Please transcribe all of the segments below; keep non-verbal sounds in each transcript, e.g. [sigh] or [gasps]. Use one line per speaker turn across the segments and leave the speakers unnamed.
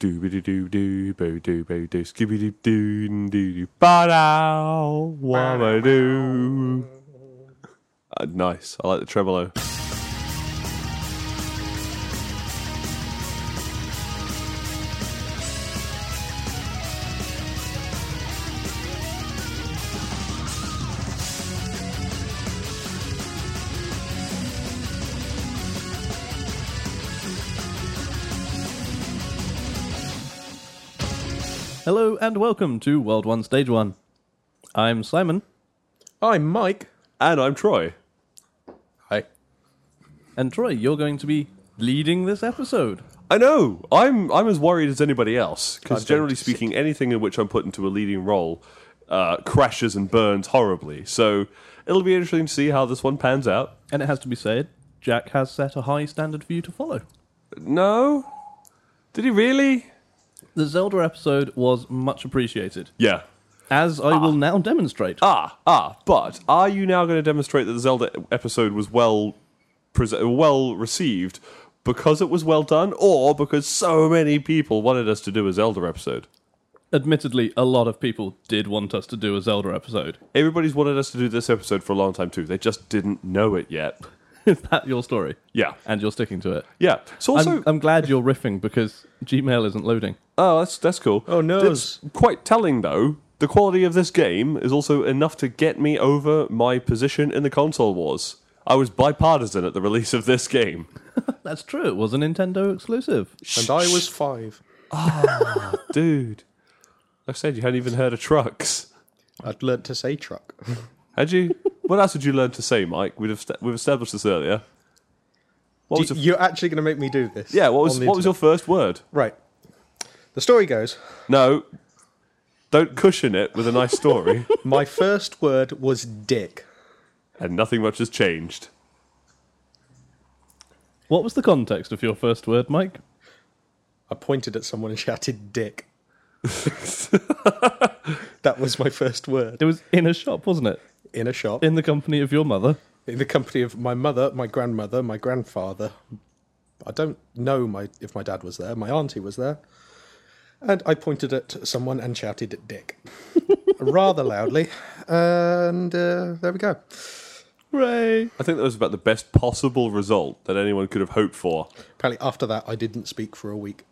Doobity doo doo, boo doo boo doo, skibidi doo doo doo, ba dow, wabba doo. [laughs] Uh, nice. I like the tremolo.
Hello and welcome to World One Stage One. I'm Simon,
I'm Mike.
And I'm Troy.
Hi.
and Troy, you're going to be leading this episode.
I know. I'm I'm as worried as anybody else because
I'm going
generally
to sit.
speaking, anything in which I'm put into a leading role uh, crashes and burns horribly. So it'll be interesting to see how this one pans out.
And it has to be said, Jack has set a high standard for you to follow.
No, did he really?
The Zelda episode was much appreciated,
Yeah.
as I will now demonstrate.
Ah, ah. But are you now going to demonstrate that the Zelda episode was well prese- well received because it was well done, or because so many people wanted us to do a Zelda episode?
Admittedly, a lot of people did want us to do a Zelda episode. [laughs]
Everybody's wanted us to do this episode for a long time too. They just didn't know it yet.
Is that your story?
Yeah.
And you're sticking to it.
Yeah. So
I'm,
also,
I'm glad you're riffing because Gmail isn't loading.
oh, that's that's cool.
Oh, no.
It's quite telling though. The quality of this game is also enough to get me over my position in the console wars. I was bipartisan at the release of this game.
That's true, it was a Nintendo exclusive.
And I was five.
Dude, I said you hadn't even heard of trucks,
I'd learnt to say truck.
had you? what else did you learn to say, Mike? We've esta- we've established this earlier.
[laughs]
What was
Do-
your,
You're actually going to make me do this?
yeah? What was
on the
what was your first word?
internet? right? The story goes:
No, don't cushion it with a nice story. [laughs]
my first word was dick.
and nothing much has changed.
What was the context of your first word, Mike?
I pointed at someone and [laughs]
[laughs]
shouted dick. that was my first word
It was in a shop, wasn't it?
in a shop
In the company of your mother.
in the company of my mother, my grandmother, my grandfather. I don't know my if my dad was there. My auntie was there, and I pointed at someone and shouted dick rather loudly, and uh, there we go.
Hooray!
I think that was about the best possible result that anyone could have hoped for.
Apparently, after that, I didn't speak for a week.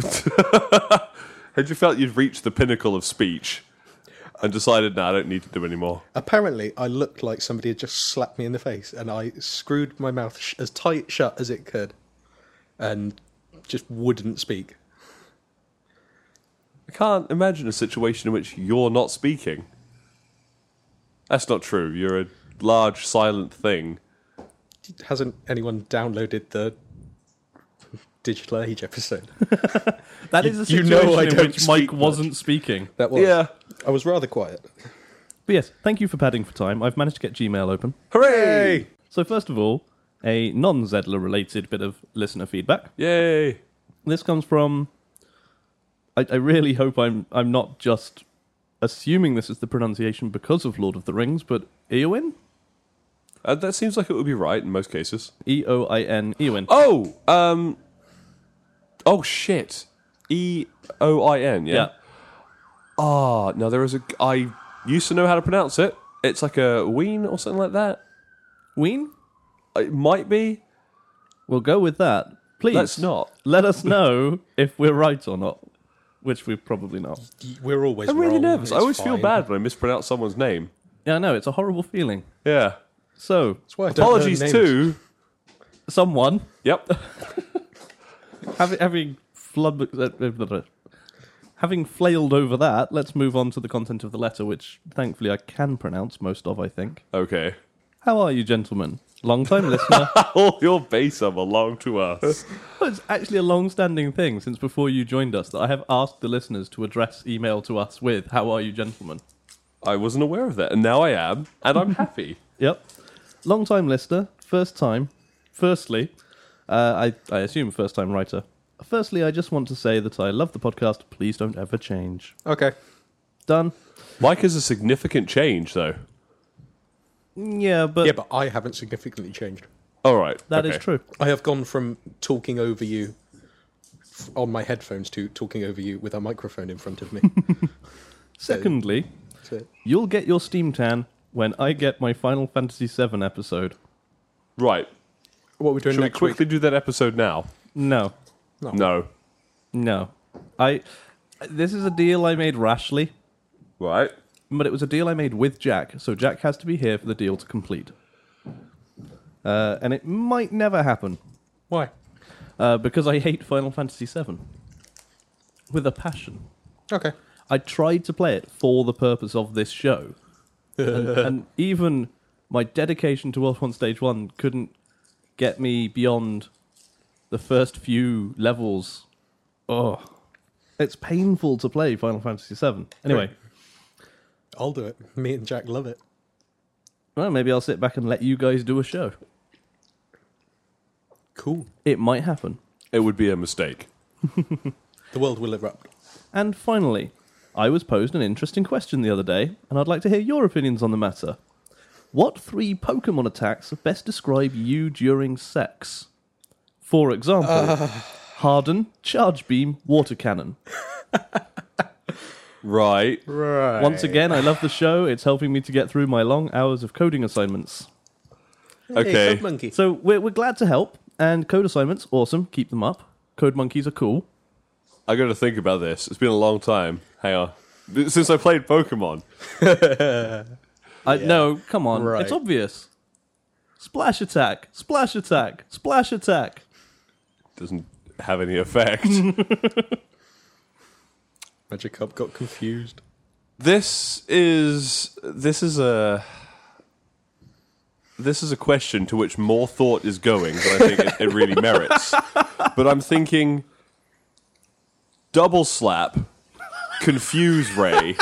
Had you felt you'd reached the pinnacle of speech and decided, no, I don't need to do anymore?
Apparently, I looked like somebody had just slapped me in the face, and I screwed my mouth sh- as tight shut as it could, and just wouldn't speak.
I can't imagine a situation in which you're not speaking. That's not true. You're a large, silent thing.
Hasn't anyone downloaded the Digital Age episode?
That is a
you
situation
know I
in
don't
which Mike
speak much.
wasn't speaking.
That was.
Yeah.
I was rather quiet.
But yes, thank you for padding for time. I've managed to get Gmail open.
Hooray!
So first of all, a non-Zedler related bit of listener feedback.
Yay!
This comes from. I, I really hope I'm I'm not just assuming this is the pronunciation because of Lord of the Rings, but E Eowyn,
Uh, that seems like it would be right in most cases.
E O I N, Eowyn.
Oh, um. Oh, shit. E O I N,
yeah.
Ah, now there is a. I used to know how to pronounce it. It's like a ween or something like that. Uh,
Ween.
It might be.
We'll go with that. Please.
Let's not.
Let us know if we're right or not, which we're probably not.
We're always.
I'm really
wrong,
nervous. I
it's
always feel
fine.
bad when I mispronounce someone's name.
Yeah, I know it's a horrible feeling.
Yeah.
So,
That's why I don't learn
Apologies
names.
too.
someone
Yep. [laughs]
having having flub, uh, blah, blah, blah. having flailed over that, let's move on to the content of the letter, which thankfully I can pronounce most of. I think.
Okay.
How are you, gentlemen? Long time listener.
All your base are belong to us.
Well, it's actually a long-standing thing since before you joined us that I have asked the listeners to address email to us with "How are you, gentlemen?"
I wasn't aware of that, and now I am, and
[laughs]
I'm happy.
Yep. Long time listener, first time. Firstly, uh, I, I assume first time writer. Firstly, I just want to say that I love the podcast. Please don't ever change.
Okay.
Done?
Mike is a significant change, though.
Yeah, but,
Yeah, but I haven't significantly changed.
All right.
that is
okay.
true.
I have gone from talking over you f- on my headphones to talking over you with a microphone in front
[laughs]
of me.
Secondly,
So,
you'll get your Steam Tan when I get my Final Fantasy VII episode.
Right.
what we're doing
Should we
next
quickly
week? Oh.
do that episode now?
No,
No.
no. I. This is a deal I made rashly,
Right.
but it was a deal I made with Jack, so Jack has to be here for the deal to complete. Uh, and it might never happen
Why?
uh, because I hate Final Fantasy VII with a passion.
Okay.
I tried to play it for the purpose of this show, and, and even my dedication to Wolf on Stage One couldn't get me beyond the first few levels. Oh, it's painful to play Final Fantasy VII. Anyway,
I'll do it. Me and Jack love it.
well, maybe I'll sit back and let you guys do a show.
Cool.
It might happen.
It would be a mistake.
The world will erupt.
And finally, I was posed an interesting question the other day, and I'd like to hear your opinions on the matter. What three Pokemon attacks best describe you during sex? For example,
Uh.
Harden, Charge Beam, Water Cannon.
Right.
Right.
Once again, I love the show. It's helping me to get through my long hours of coding assignments.
Okay.
monkey.
So we're, we're glad to help, and code assignments, awesome. Keep them up. Code monkeys are cool.
I got to think about this. It's been a long time. Hang on. Since I played Pokemon.
I, no, come on.
Right.
It's obvious. Splash attack, splash attack, splash attack.
Doesn't have any effect. [laughs]
Magic Up got confused.
this is this is a this is a question to which more thought is going than I think it, it really merits. But I'm thinking double slap, confuse Ray.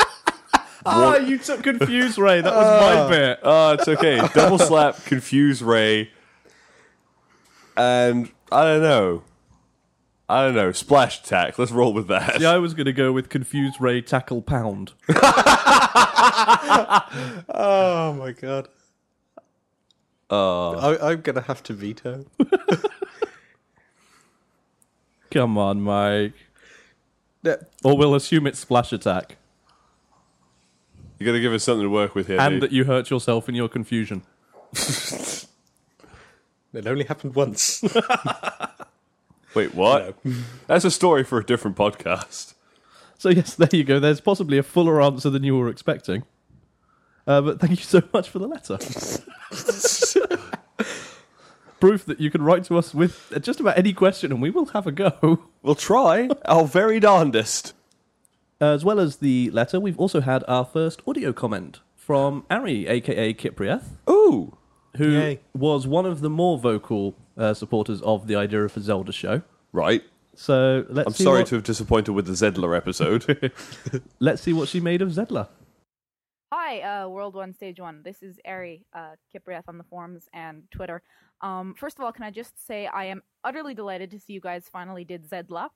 Ah, you took confused Ray. That was my bit.
Oh, it's okay. Double slap, confuse Ray, and I don't know. I don't know. Splash attack. Let's roll with that.
Yeah, I was gonna go with confused Ray tackle pound. [laughs]
Oh my god. I, I'm gonna have to veto.
Come on, Mike.
Yeah,
Or we'll assume it's splash attack
You're gonna give us something to work with here.
and
dude.
that you hurt yourself in your confusion.
it only happened once.
Wait,
[laughs]
what? That's a story for a different podcast.
So yes, [laughs] there you go. There's possibly a fuller answer than you were expecting. Uh, but thank you so much for the letter. [laughs] Proof that you can write to us with just about any question, and we will have a go. [laughs]
We'll try our very darndest.
As well as the letter, we've also had our first audio comment from Ari, aka Kiprieth.
Ooh.
who
Yay.
was one of the more vocal uh, supporters of the idea of a Zelda show.
Right.
So let's
I'm
see
sorry
what,
to have disappointed with the Zedler
[laughs]
episode.
let's see what she made of Zedla.
Hi, uh, World One Stage One. This is Ari uh, Kipriath on the forums and Twitter. Um, first of all, can I just say I am utterly delighted to see you guys finally did Zedla.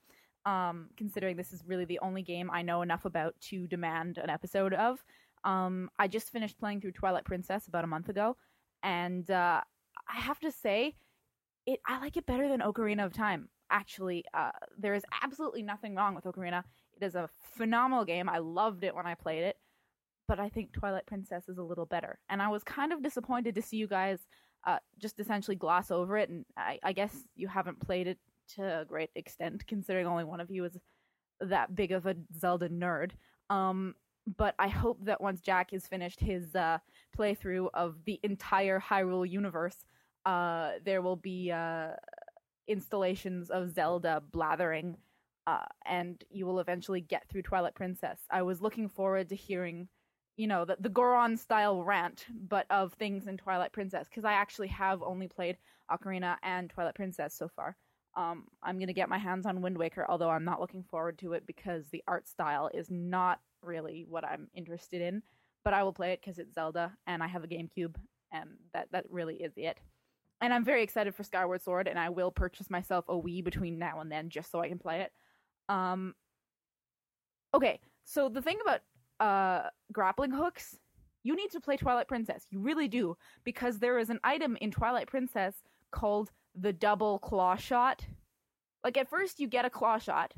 Um, considering this is really the only game I know enough about to demand an episode of. Um, I just finished playing through Twilight Princess about a month ago, and uh, I have to say, it I like it better than Ocarina of Time. Actually, uh, there is absolutely nothing wrong with Ocarina. It is a phenomenal game. I loved it when I played it but I think Twilight Princess is a little better. And I was kind of disappointed to see you guys uh, just essentially gloss over it. And I, I guess you haven't played it to a great extent, considering only one of you is that big of a Zelda nerd. Um, but I hope that once Jack has finished his uh, playthrough of the entire Hyrule universe, uh, there will be uh, installations of Zelda blathering. Uh, and you will eventually get through Twilight Princess. I was looking forward to hearing you know, the, the Goron style rant, but of things in Twilight Princess, because I actually have only played Ocarina and Twilight Princess so far. Um, I'm going to get my hands on Wind Waker, although I'm not looking forward to it because the art style is not really what I'm interested in. But I will play it because it's Zelda and I have a GameCube, and that, that really is it. And I'm very excited for Skyward Sword, and I will purchase myself a Wii between now and then just so I can play it. Um, okay, so the thing about uh, grappling hooks, you need to play Twilight Princess. You really do, because there is an item in Twilight Princess called the double claw shot, Like at first you get a claw shot,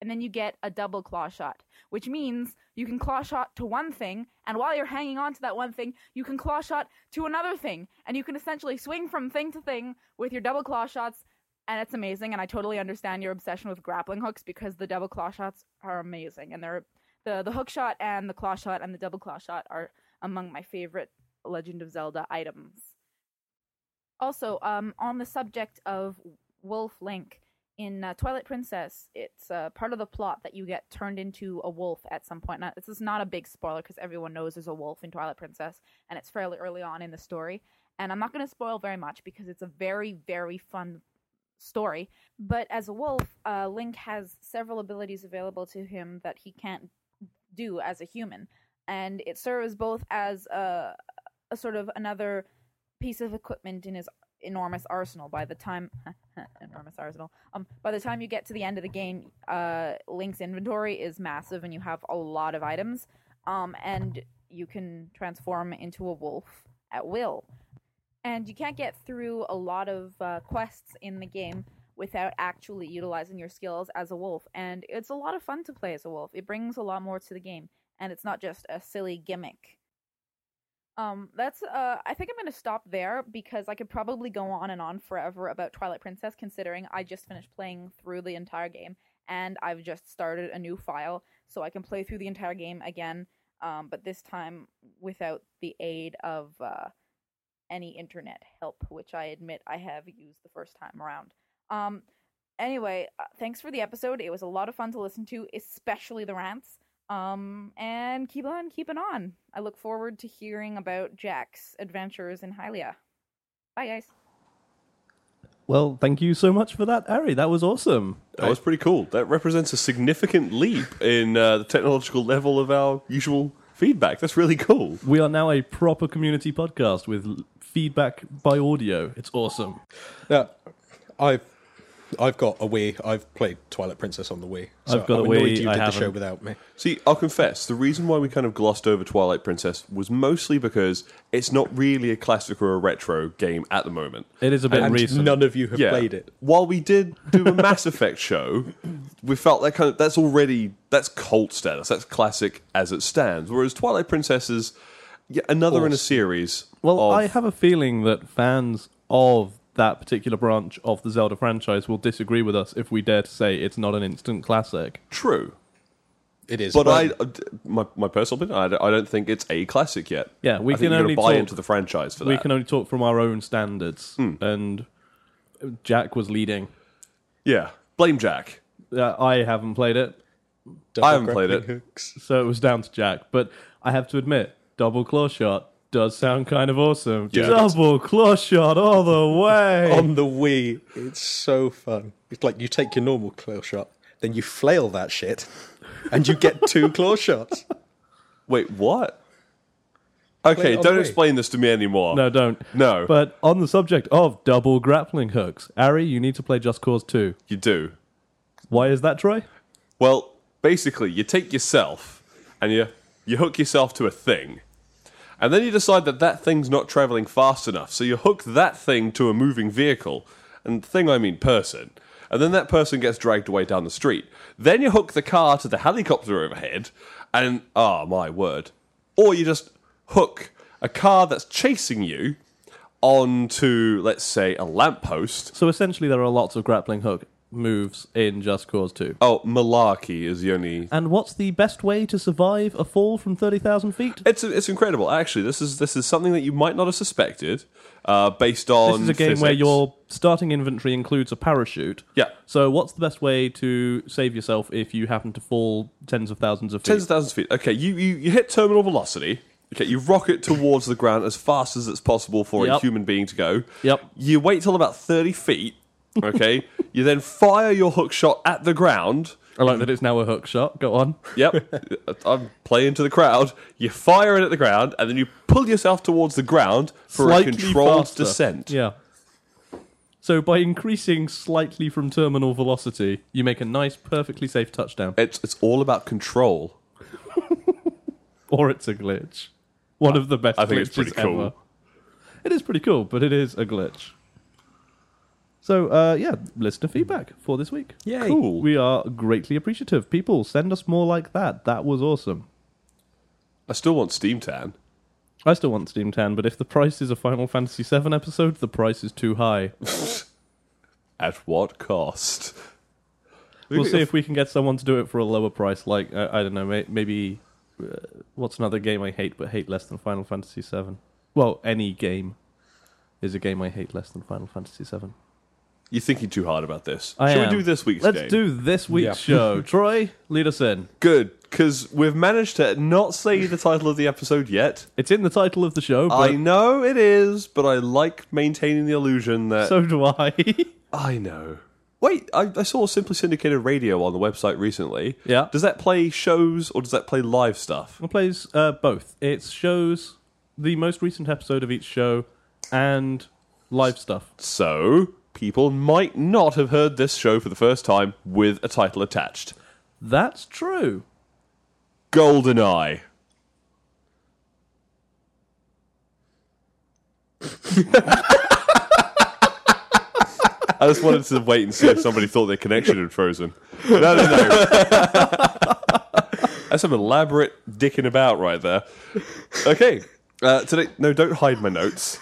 and then you get a double claw shot, which means you can claw shot to one thing, and while you're hanging on to that one thing, you can claw shot to another thing, and you can essentially swing from thing to thing with your double claw shots, and it's amazing. And I totally understand your obsession with grappling hooks because the double claw shots are amazing, and they're the the hook shot and the claw shot and the double claw shot are among my favorite Legend of Zelda items. Also, um, on the subject of Wolf Link in uh, Twilight Princess, it's uh, part of the plot that you get turned into a wolf at some point. Now, this is not a big spoiler because everyone knows there's a wolf in Twilight Princess, and it's fairly early on in the story. And I'm not going to spoil very much because it's a very, very fun story. But as a wolf, uh, Link has several abilities available to him that he can't do as a human, and it serves both as a, a sort of another piece of equipment in his enormous arsenal. By the time [laughs] enormous arsenal, um, by the time you get to the end of the game, uh, Link's inventory is massive, and you have a lot of items, um, and you can transform into a wolf at will and you can't get through a lot of uh, quests in the game without actually utilizing your skills as a wolf and it's a lot of fun to play as a wolf it brings a lot more to the game and it's not just a silly gimmick um that's uh i think i'm gonna stop there because i could probably go on and on forever about twilight princess considering i just finished playing through the entire game and i've just started a new file so i can play through the entire game again um, but this time without the aid of uh, any internet help, which I admit I have used the first time around. Um, anyway, uh, thanks for the episode. It was a lot of fun to listen to, especially the rants. Um, and keep on keeping on. I look forward to hearing about Jack's adventures in Hylia. Bye, guys.
Well, thank you so much for that, Ari. That was awesome.
That was pretty cool. That represents a significant leap in uh, the technological level of our usual feedback. That's really cool.
We are now a proper community podcast with l- feedback by audio. It's awesome.
Now, I've I've got a Wii. I've played Twilight Princess on the Wii.
I've got
I'm
a Wii,
annoyed You
I
did the show
haven't.
without me.
See, I'll confess, the reason why we kind of glossed over Twilight Princess was mostly because it's not really a classic or a retro game at the moment.
It is a bit
And
recent.
none of you have played it.
While we did do a Mass Effect show, we felt that kind of that's already that's cult status. That's classic as it stands. Whereas Twilight Princess is yet another in a series.
well,
of-
I have a feeling that fans of that particular branch of the Zelda franchise will disagree with us if we dare to say it's not an instant classic.
true,
It is.
but
well,
I my, my personal opinion, I don't, I don't think it's a classic yet.
Yeah, we
I think
can
you're
only
gonna buy
talk-
into the franchise for that.
We can only talk from our own standards,
hmm.
and Jack was leading.
yeah, blame Jack.
Uh, I haven't played it,
double
I haven't played
grappling
it.
hooks.
so it was down to Jack. But I have to admit, double claw shot does sound kind of awesome.
Yeah.
Double claw shot all
[laughs]
the way.
on the Wii. It's so fun. It's like you take your normal claw shot, then you flail that shit, and you get two claw shots.
Wait, what? Okay,
Wait, on
don't
the Wii.
explain this to me anymore.
oh, No, don't.
No.
But on the subject of double grappling hooks, Ari, you need to play Just Cause 2.
you do.
Why is that, Troy?
Well, basically, you take yourself and you you hook yourself to a thing, and then you decide that that thing's not traveling fast enough, so you hook that thing to a moving vehicle, and thing I mean person, and then that person gets dragged away down the street. Then you hook the car to the helicopter overhead, and ah, my word, or you just hook a car that's chasing you onto, let's say, a lamppost,
So essentially, there are lots of grappling hook moves in Just Cause 2.
Oh, malarkey is the only.
And what's the best way to survive a fall from 30,000 feet?
It's it's incredible. Actually, this is this is something that you might not have suspected, uh, based on.
This is a game where
physics.
your starting inventory includes a parachute.
Yeah.
So, what's the best way to save yourself if you happen to fall tens of thousands of feet?
tens of thousands of feet. Okay, you, you you hit terminal velocity. Okay, you rocket towards the ground as fast as it's possible for a
Yep.
human being to go.
Yep.
You wait till about thirty feet.
[laughs]
Okay, you then fire your hook shot at the ground.
I like that it's now a hook shot. Go on. [laughs]
Yep, I'm playing to the crowd. You fire it at the ground, and then you pull yourself towards the ground [laughs] for
slightly
a controlled
faster.
descent.
Yeah. So by increasing slightly from terminal velocity, you make a nice, perfectly safe touchdown.
It's it's all about control.
Or it's a glitch. One of the best
I think it's
glitches
pretty cool.
ever. It is pretty cool, but it is a glitch. So, uh, yeah, listener feedback for this week.
Yay.
Cool.
We are greatly appreciative. People, send us more like that. That was awesome.
I still want Steam Tan.
I still want Steam Tan, but if the price is a Final Fantasy VII episode, the price is too high.
At what cost?
We'll see if we can get someone to do it for a lower price. Like I, I don't know, may, maybe uh, what's another game I hate but hate less than Final Fantasy VII? Well, any game is a game I hate less than Final Fantasy VII.
You're thinking too hard about this.
I
Shall
am.
we do this week's
Let's
game?
do this week's
Yeah.
[laughs] show. Troy, lead us in.
Good, because we've managed to not say the title of the episode yet.
It's in the title of the show, but
I know it is, but I like maintaining the illusion that
so do I. [laughs]
I know. Wait, I, I saw Simply Syndicated Radio on the website recently.
Yeah.
Does that play shows or does that play live stuff?
it plays uh, both. It shows the most recent episode of each show and live stuff.
So, people might not have heard this show for the first time with a title attached
That's true.
GoldenEye. I just wanted to wait and see if somebody thought their connection had frozen. No, no, no. That's some elaborate dicking about right there. Okay. Uh, today, no, don't hide my notes.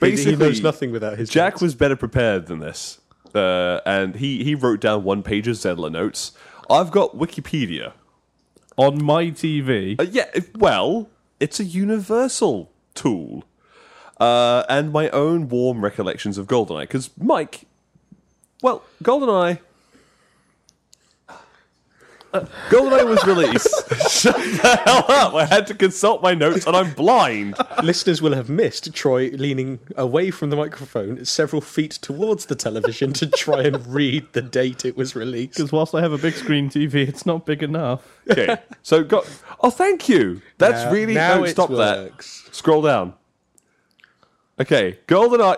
He- he knows nothing without his
Jack
notes.
was better prepared than this, uh, and he he wrote down one page of Zedler notes. I've got Wikipedia.
On my TV,
Uh, yeah, it- well, it's a universal tool, uh, and my own warm recollections of Goldeneye. Because Mike, well, Goldeneye. uh, Goldeneye was
[laughs]
released. Shut the hell up! I had to consult my notes, and I'm blind.
Listeners will have missed Troy leaning away from the microphone several feet towards the television to try and read the date it was released.
because whilst I have a big screen TV, it's not big enough.
Okay, so go. Oh, thank you. That's
Now-
really
now
no.
it
Stop that.
works.
Scroll down. Okay, golden eye.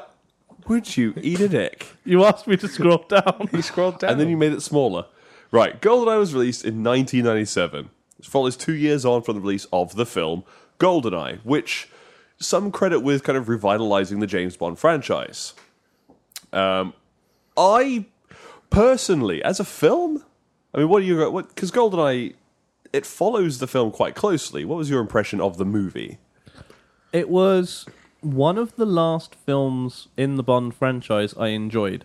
Would you eat a dick?
You asked me to scroll down.
He scrolled down.
And then you made it smaller. Right, Goldeneye was released in 1997. It follows two years on from the release of the film Goldeneye, which some credit with kind of revitalizing the James Bond franchise. Um, I personally, as a film, I mean, what do you what? Because Goldeneye, it follows the film quite closely. What was your impression of the movie?
[laughs] It was one of the last films in the Bond franchise I enjoyed.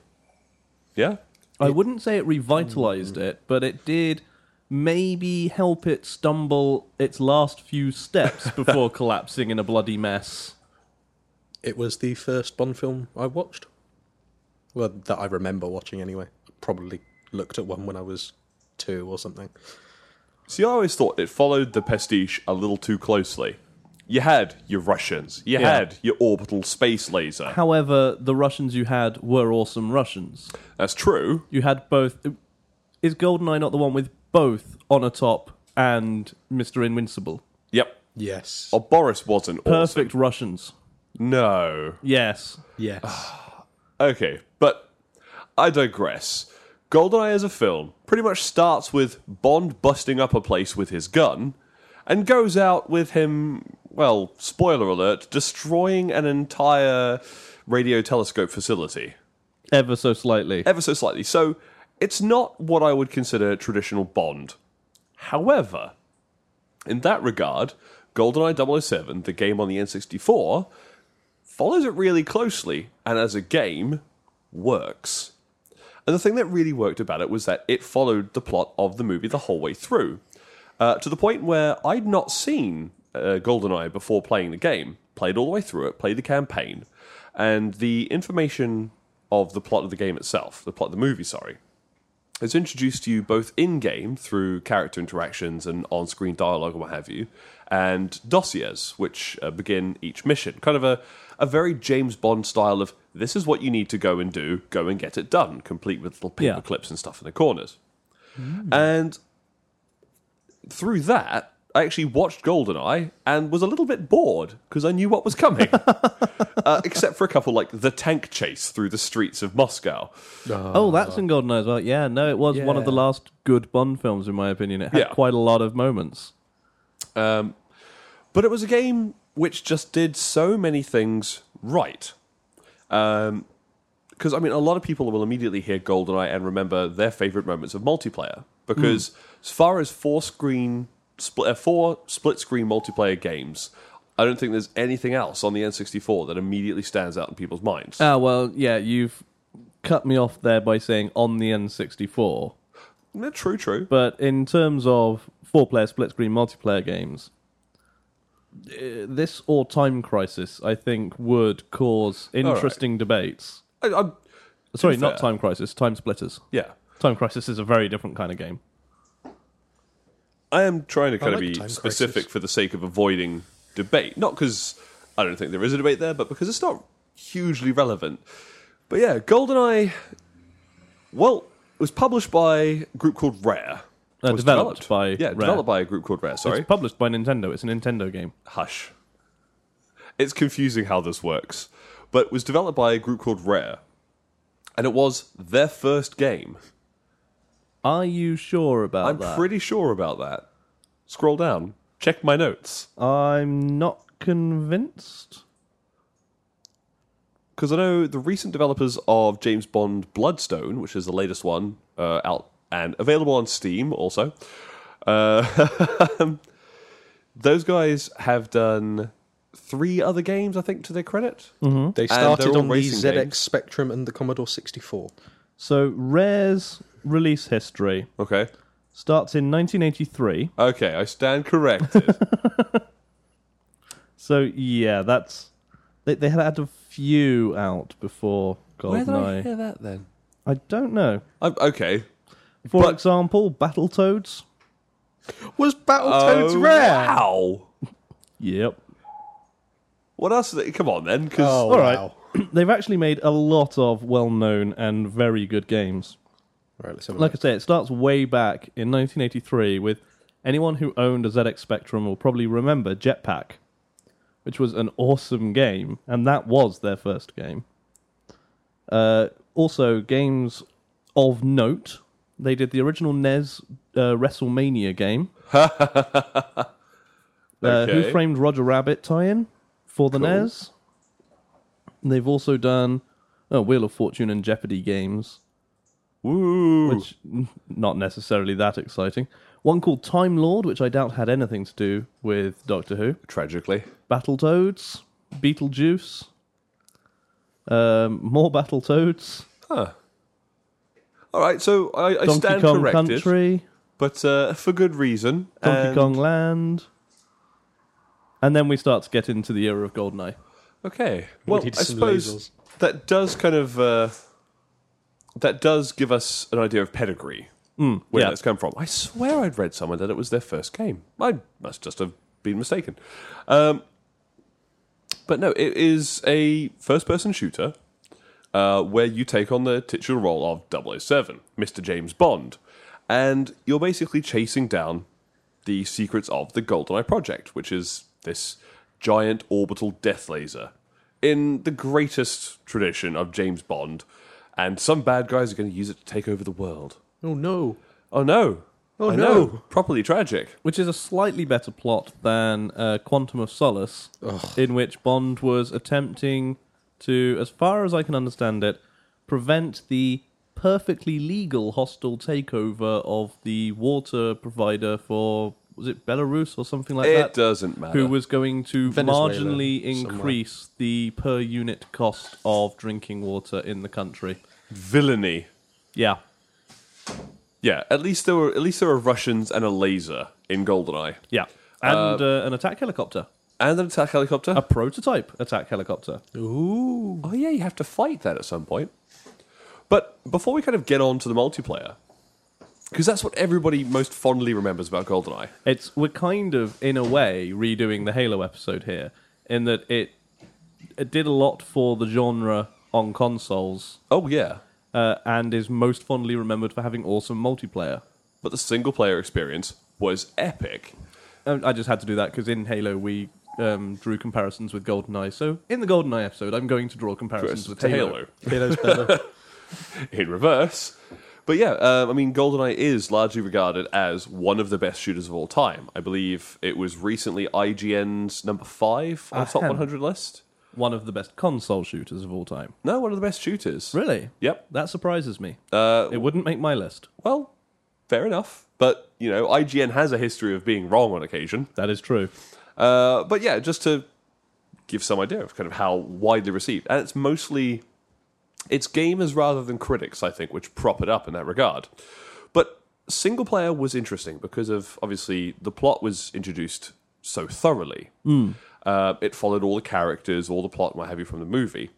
Yeah,
I wouldn't say it Mm-hmm. revitalized it, but it did maybe help it stumble its last few [laughs] steps before collapsing in a bloody mess.
It was the first Bond film I watched. Well, that I remember watching anyway. Probably looked at one when I was two or something.
See, I always thought it followed the pastiche a little too closely. You had your Russians, you
Yeah.
had your orbital space laser.
However, the Russians you had were awesome Russians.
That's true.
You had both. Is Goldeneye not the one with both Honor Top and Mr. Invincible?
Yep.
Yes.
Oh, Boris wasn't awesome.
Perfect Russians.
No.
Yes.
Yes.
Okay, but I digress. Goldeneye as a film pretty much starts with Bond busting up a place with his gun and goes out with him, well, spoiler alert, destroying an entire radio telescope facility.
Ever so slightly.
ever so slightly. So it's not what I would consider traditional Bond. However, in that regard, GoldenEye 007, the game on the N64, follows it really closely and as a game works. And the thing that really worked about it was that it followed the plot of the movie the whole way through, uh, to the point where I'd not seen uh, GoldenEye before playing the game. Played all the way through it, played the campaign, and the information of the plot of the game itself, the plot of the movie, sorry, is introduced to you both in game through character interactions and on screen dialogue and what have you, and dossiers, which uh, begin each mission. Kind of a, a very James Bond style of this is what you need to go and do, go and get it done, complete with little paper
Yeah.
clips and stuff in the corners. And through that, I actually watched Goldeneye and was a little bit bored because I knew what was coming. uh, except for a couple like the tank chase through the streets of Moscow.
Oh, that's in GoldenEye as well. Yeah, no, it was one of the
Yeah.
last good Bond films, in my opinion. It had
Yeah.
quite a lot of moments.
But it was a game which just did so many things right. Um, because I mean, a lot of people will immediately hear GoldenEye and remember their favorite moments of multiplayer. Because as far as four screen, split, uh, four split screen multiplayer games, I don't think there's anything else on the N64 that immediately stands out in people's minds.
Ah, well, yeah, you've cut me off there by saying on the N64.
Yeah, true, true.
But in terms of four player split screen multiplayer games, eh, this or Time Crisis, I think, would cause interesting debates.
I, I'm,
Sorry,
be
not
fair.
Time Crisis, Time Splitters.
yeah,
Time Crisis is a very different kind of game.
I am trying to kind
like
of be
Time
specific
Crisis.
for the sake of avoiding debate, not because I don't think there is a debate there, but because it's not hugely relevant. But yeah, GoldenEye. Well, it was published by a group called Rare.
Uh,
Was
developed by
yeah,
Rare.
developed by a group called Rare. Sorry,
It's published by Nintendo. It's a Nintendo game.
hush. It's confusing how this works, but it was developed by a group called Rare, and it was their first game.
Are you sure about
I'm
that?
pretty sure about that. Scroll down, check my notes.
I'm not convinced.
because I know the recent developers of James Bond Bloodstone, which is the latest one uh, out and available on Steam also, uh, [laughs] those guys have done three other games, I think, to their credit.
Mm.
They
they're
started
all
on the
racing
ZX
games.
Spectrum and the Commodore 64.
So Rare's release history
Okay.
starts in 1983.
Okay, I stand
[laughs]
corrected.
So yeah, that's they they had had a few out before GoldenEye.
that then?
I don't know.
i okay.
For
But-
example, Battletoads.
Was Battletoads
Oh,
rare?
Wow.
Yep. [clears throat]
What else? Is it? Come on then, because
Oh,
All right.
wow.
They've actually made a lot of well-known and very good games.
All right, let's have a
Like I
look.
say, it starts way back in 1983 with anyone who owned a ZX Spectrum will probably remember Jetpack, which was an awesome game, and that was their first game. Uh, also, games of note, they did the original NES uh, WrestleMania game. Uh, Who
Okay.
framed Roger Rabbit tie-in for the NES? And they've also done oh, Wheel of Fortune and Jeopardy games
woo.
which n- not necessarily that exciting. One called Time Lord, which I doubt had anything to do with Doctor Who.
Tragically,
Battletoads, Beetlejuice, um, more Battletoads,
huh? All right, so I, I
Donkey
stand
Kong
corrected,
Country,
but uh, for good reason.
Donkey
and-
Kong Land, and then we start to get into the era of Goldeneye.
Okay. Well,
need
I
some
suppose
lasers.
that does kind of uh, that does give us an idea of pedigree mm, where
yeah.
that's come from. I swear I'd read somewhere that it was their first game. I must just have been mistaken. Um, but no, it is a first-person shooter uh, where you take on the titular role of 007, Mr. James Bond, and you're basically chasing down the secrets of the GoldenEye project, which is this giant orbital death laser in the greatest tradition of James Bond, and some bad guys are going to use it to take over the world.
Oh, no.
Oh no! Oh
no.
Properly tragic.
Which is a slightly better plot than uh, Quantum of Solace, in which Bond was attempting to, as far as I can understand it, prevent the perfectly legal hostile takeover of the water provider for, was it Belarus or something like
It
that?
doesn't matter.
Who was going to
Venezuela,
marginally
somewhere.
increase the per unit cost of drinking water in the country.
villainy?
Yeah.
Yeah, at least there were at least there were Russians and a laser in GoldenEye,
Yeah. And uh, an attack helicopter.
and an attack helicopter.
A prototype attack helicopter.
Ooh.
Oh yeah, you have to fight that at some point. But before we kind of get on to the multiplayer, because that's what everybody most fondly remembers about GoldenEye.
It's we're kind of in a way redoing the Halo episode here, in that it it did a lot for the genre on consoles,
Oh yeah,
uh, and is most fondly remembered for having awesome multiplayer.
but the single player experience was epic.
Um, I just had to do that because in Halo we um, drew comparisons with GoldenEye. So in the GoldenEye episode, I'm going to draw comparisons with
to
Halo.
Halo.
Halo's better.
in reverse. But yeah, um, I mean, GoldenEye is largely regarded as one of the best shooters of all time. I believe it was recently IGN's number five on the top
Uh-huh.
100 list.
one of the best console shooters of all time.
No, one of the best shooters.
Really?
Yep.
That surprises me.
Uh,
It wouldn't make my list.
well, fair enough. But you know, IGN has a history of being wrong on occasion.
That is true.
Uh, but yeah, just to give some idea of kind of how widely received, and it's mostly it's gamers rather than critics, I think, which prop it up in that regard. But single player was interesting because of obviously the plot was introduced so thoroughly. Uh, it followed all the characters, all the plot, and what have you from the movie.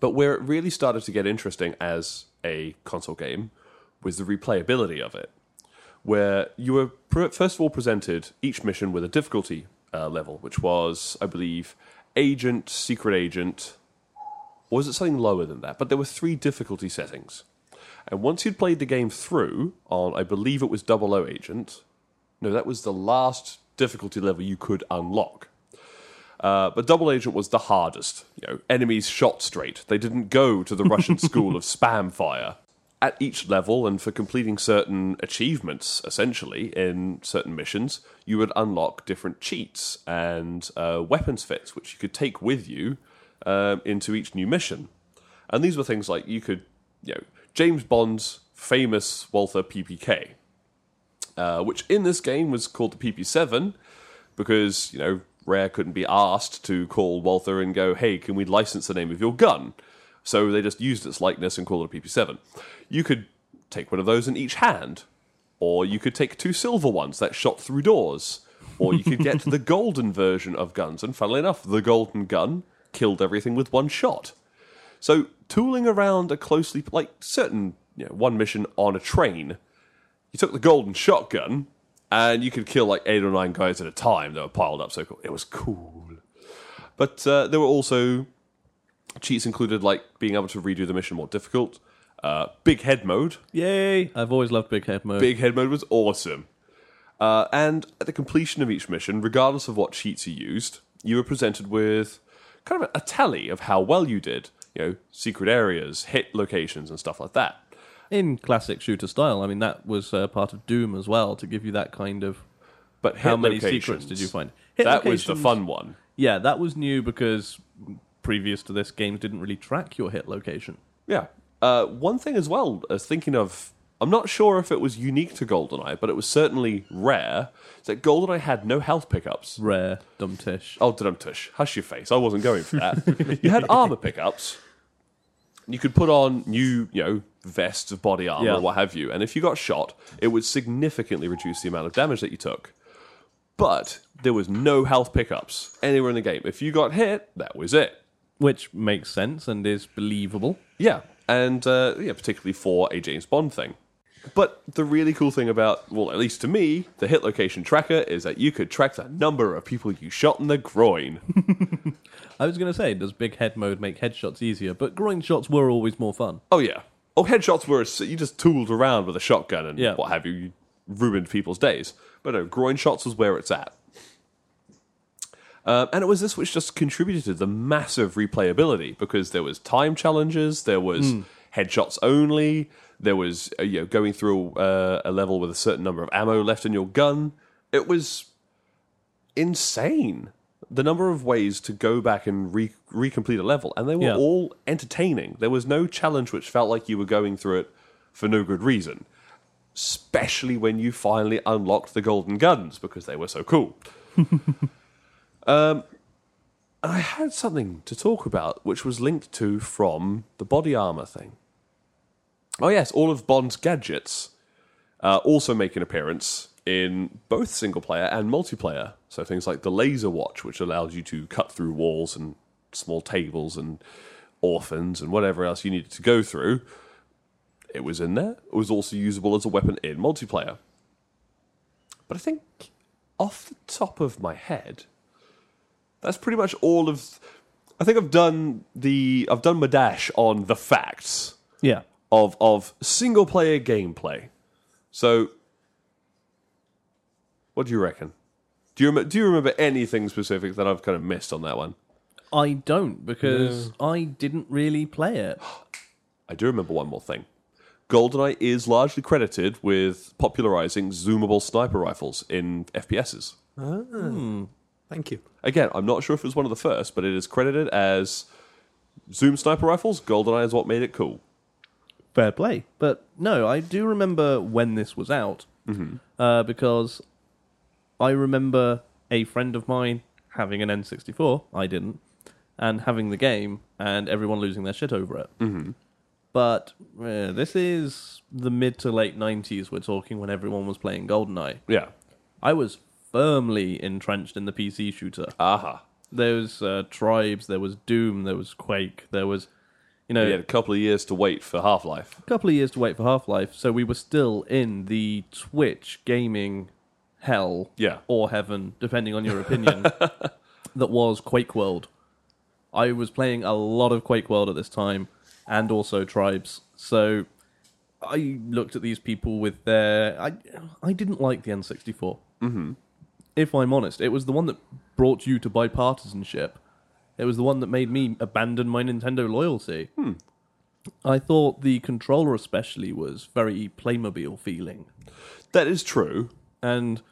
But where it really started to get interesting as a console game was the replayability of it where you were pr- first of all presented each mission with a difficulty uh, level, which was, I believe, agent, secret agent, or was it something lower than that? But there were three difficulty settings. And once you'd played the game through on, I believe it was double O agent, no, that was the last difficulty level you could unlock. Uh, but Double Agent was the hardest. You know, enemies shot straight. They didn't go to the Russian school of spam fire. At each level, and for completing certain achievements, essentially in certain missions, you would unlock different cheats and uh, weapons fits, which you could take with you um, into each new mission. And these were things like you could, you know, James Bond's famous Walther PPK, uh, which in this game was called the PP7 because, you know, Rare couldn't be asked to call Walther and go, hey, can we license the name of your gun? So they just used its likeness and called it a PP7. You could take one of those in each hand, or you could take two silver ones that shot through doors, or you could get the golden version of guns. And funnily enough, the golden gun killed everything with one shot. So tooling around a closely, like certain, you know, one mission on a train you took the golden shotgun and you could kill like eight or nine guys at a time that were piled up so cool. It was cool. But uh, there were also cheats included like being able to redo the mission more difficult. Uh, big head mode.
Yay! I've always loved Big Head Mode.
Big head mode was awesome. Uh, and at the completion of each mission, regardless of what cheats you used, you were presented with kind of a tally of how well you did. You know, secret areas, hit locations, and stuff like that.
In classic shooter style, I mean, that was uh, part of Doom as well to give you that kind of.
But hit
How many
locations,
secrets did you find? Hit
that was the
locations-
fun one.
Yeah, that was new because previous to this, games didn't really track your hit location.
Yeah. Uh, one thing as well, as thinking of, I'm not sure if it was unique to GoldenEye, but it was certainly rare, is that GoldenEye had no health pickups.
Rare, dumb tish.
Oh, dum tush. Hush your face. I wasn't going for that. you had armor pickups. You could put on new, you know, vests of body armor,
Yeah.
what have you. And if you got shot, it would significantly reduce the amount of damage that you took. But there was no health pickups anywhere in the game. If you got hit, that was it.
Which makes sense and is believable.
Yeah, and uh, yeah, particularly for a James Bond thing. But the really cool thing about, well, at least to me, the hit location tracker is that you could track the number of people you shot in the groin.
I was going to say, does big head mode make headshots easier? But groin shots were always more fun.
oh yeah. Oh, headshots were you just tooled around with a shotgun and
Yeah.
what have you. You ruined people's days. But no, groin shots was where it's at. Um, and it was this which just contributed to the massive replayability because there was time challenges, there was headshots only, there was uh, you know going through uh, a level with a certain number of ammo left in your gun. It was insane the number of ways to go back and re- recomplete a level, and they were
Yeah.
all entertaining. There was no challenge which felt like you were going through it for no good reason, especially when you finally unlocked the golden guns because they were so cool. Um, I had something to talk about which was linked to from the body armor thing. Oh, yes, all of Bond's gadgets uh, also make an appearance in both single player and multiplayer. So things like the laser watch, which allows you to cut through walls and small tables and orphans and whatever else you needed to go through. It was in there. It was also usable as a weapon in multiplayer. But I think off the top of my head, that's pretty much all of. I think I've done the I've done my dash on the facts
Yeah.
of of single player gameplay. So, what do you reckon? Do you rem- do you remember anything specific that I've kind of missed on that one?
I don't because I didn't really play it.
I do remember one more thing. Goldeneye is largely credited with popularizing zoomable sniper rifles in FPSs.
[laughs] Thank you.
Again, I'm not sure if it was one of the first, but it is credited as Zoom sniper rifles. Goldeneye is what made it cool.
fair play. But no, I do remember when this was out uh, because I remember a friend of mine having an N64. I didn't, and having the game and everyone losing their shit over it. Mm-hmm. But uh, this is the mid to late '90s. We're talking when everyone was playing GoldenEye.
Yeah.
I was firmly entrenched in the PC shooter
Aha.
there was uh, tribes, there was Doom, there was Quake, there was, you know,
He had a couple of years to wait for Half Life.
a couple of years to wait for Half Life, so we were still in the Twitch gaming hell
Yeah.
or heaven, depending on your opinion, that was Quake World. I was playing a lot of Quake World at this time and also Tribes, so I looked at these people with their. I, I didn't like the N64. Mm-hmm. If I'm honest, it was the one that brought you to bipartisanship. It was the one that made me abandon my Nintendo loyalty. I thought the controller, especially, was very Playmobil feeling.
That is true.
And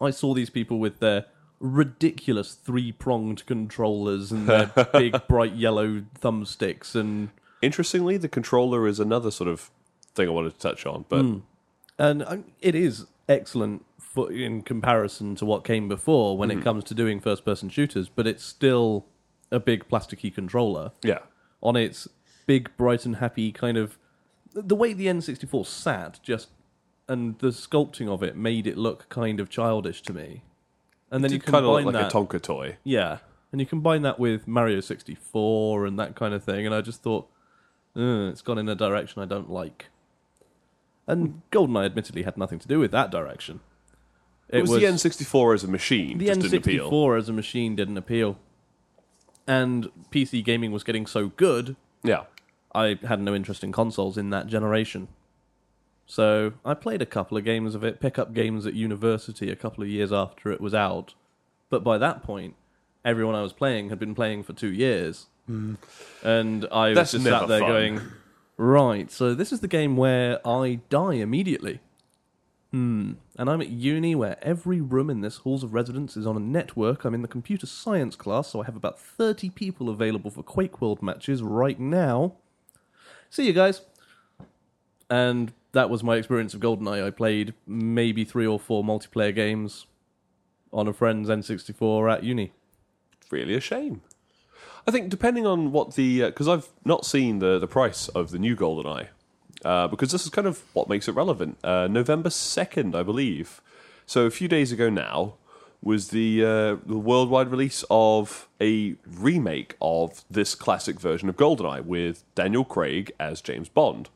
I saw these people with their ridiculous three pronged controllers and their big, bright yellow thumbsticks. And,
Interestingly, the controller is another sort of thing I wanted to touch on, but
Hmm. and I- it is excellent for, in comparison to what came before when it comes to doing first person shooters, but it's still a big plasticky controller.
yeah.
on its big, bright and happy kind of the way the N64 sat just and the sculpting of it made it look kind of childish to me. And then you
It kind of
combine
looked like
that,
a Tonka toy.
yeah, and you combine that with Mario 64 and that kind of thing, and I just thought, "Ugh, it's gone in a direction I don't like. And GoldenEye admittedly had nothing to do with that direction.
Hmm. It, was, the N64 as a machine.
The
just didn't appeal.
N64 as a machine didn't appeal, and PC gaming was getting so good
Yeah.
I had no interest in consoles in that generation. So I played a couple of games of it, pickup games at university a couple of years after it was out. But by that point, everyone I was playing had been playing for two years. And I
Mm. That's
was just
never
sat there
fun.
going, right, so this is the game where I die immediately. Hmm. And I'm at uni where every room in this halls of residence is on a network. I'm in the computer science class, so I have about 30 people available for Quake World matches right now see you guys. And that was my experience of GoldenEye. I played maybe three or four multiplayer games on a friend's N64 at uni.
Really a shame. I think depending on what the because I've not seen the the price of the new GoldenEye uh, because this is kind of what makes it relevant. Uh, November second, I believe. So a few days ago now was the uh, the worldwide release of a remake of this classic version of GoldenEye with Daniel Craig as James Bond.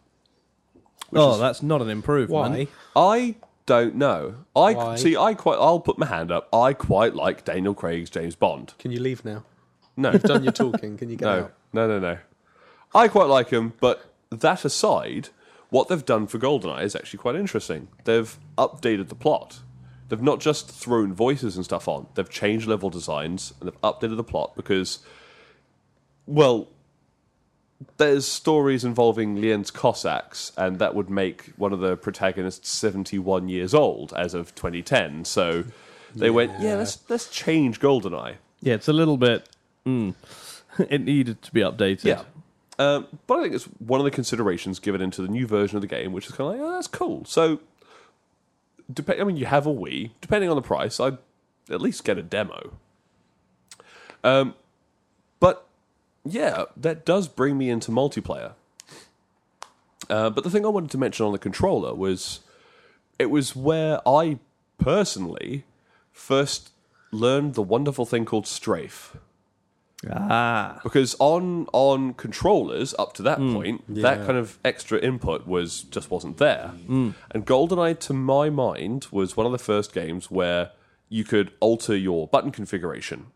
oh, that's not an improvement.
Why?
I don't know. I
Why?
see. I quite. I'll put my hand up. I quite like Daniel Craig's James Bond.
Can you leave now?
No,
You've done your talking. Can you get
[laughs] No,
out?
no, no, no. I quite like him, but that aside, what they've done for GoldenEye is actually quite interesting. They've updated the plot. They've not just thrown voices and stuff on. They've changed level designs and they've updated the plot because, well, there's stories involving Lien's Cossacks, and that would make one of the protagonists 71 years old as of 2010. So they went, yeah, let's let's change GoldenEye.
Yeah, it's a little bit. Mm, [laughs] it needed to be updated.
Yeah. Um, but I think it's one of the considerations given into the new version of the game, which is kind of like, oh, that's cool. So, dep- I mean, you have a Wii. Depending on the price, I'd at least get a demo. Um, but yeah, that does bring me into multiplayer. Uh, but the thing I wanted to mention on the controller was it was where I personally first learned the wonderful thing called strafe
Ah.
because on on controllers up to that point that
Yeah.
kind of extra input was just wasn't there and goldeneye to my mind was one of the first games where you could alter your button configuration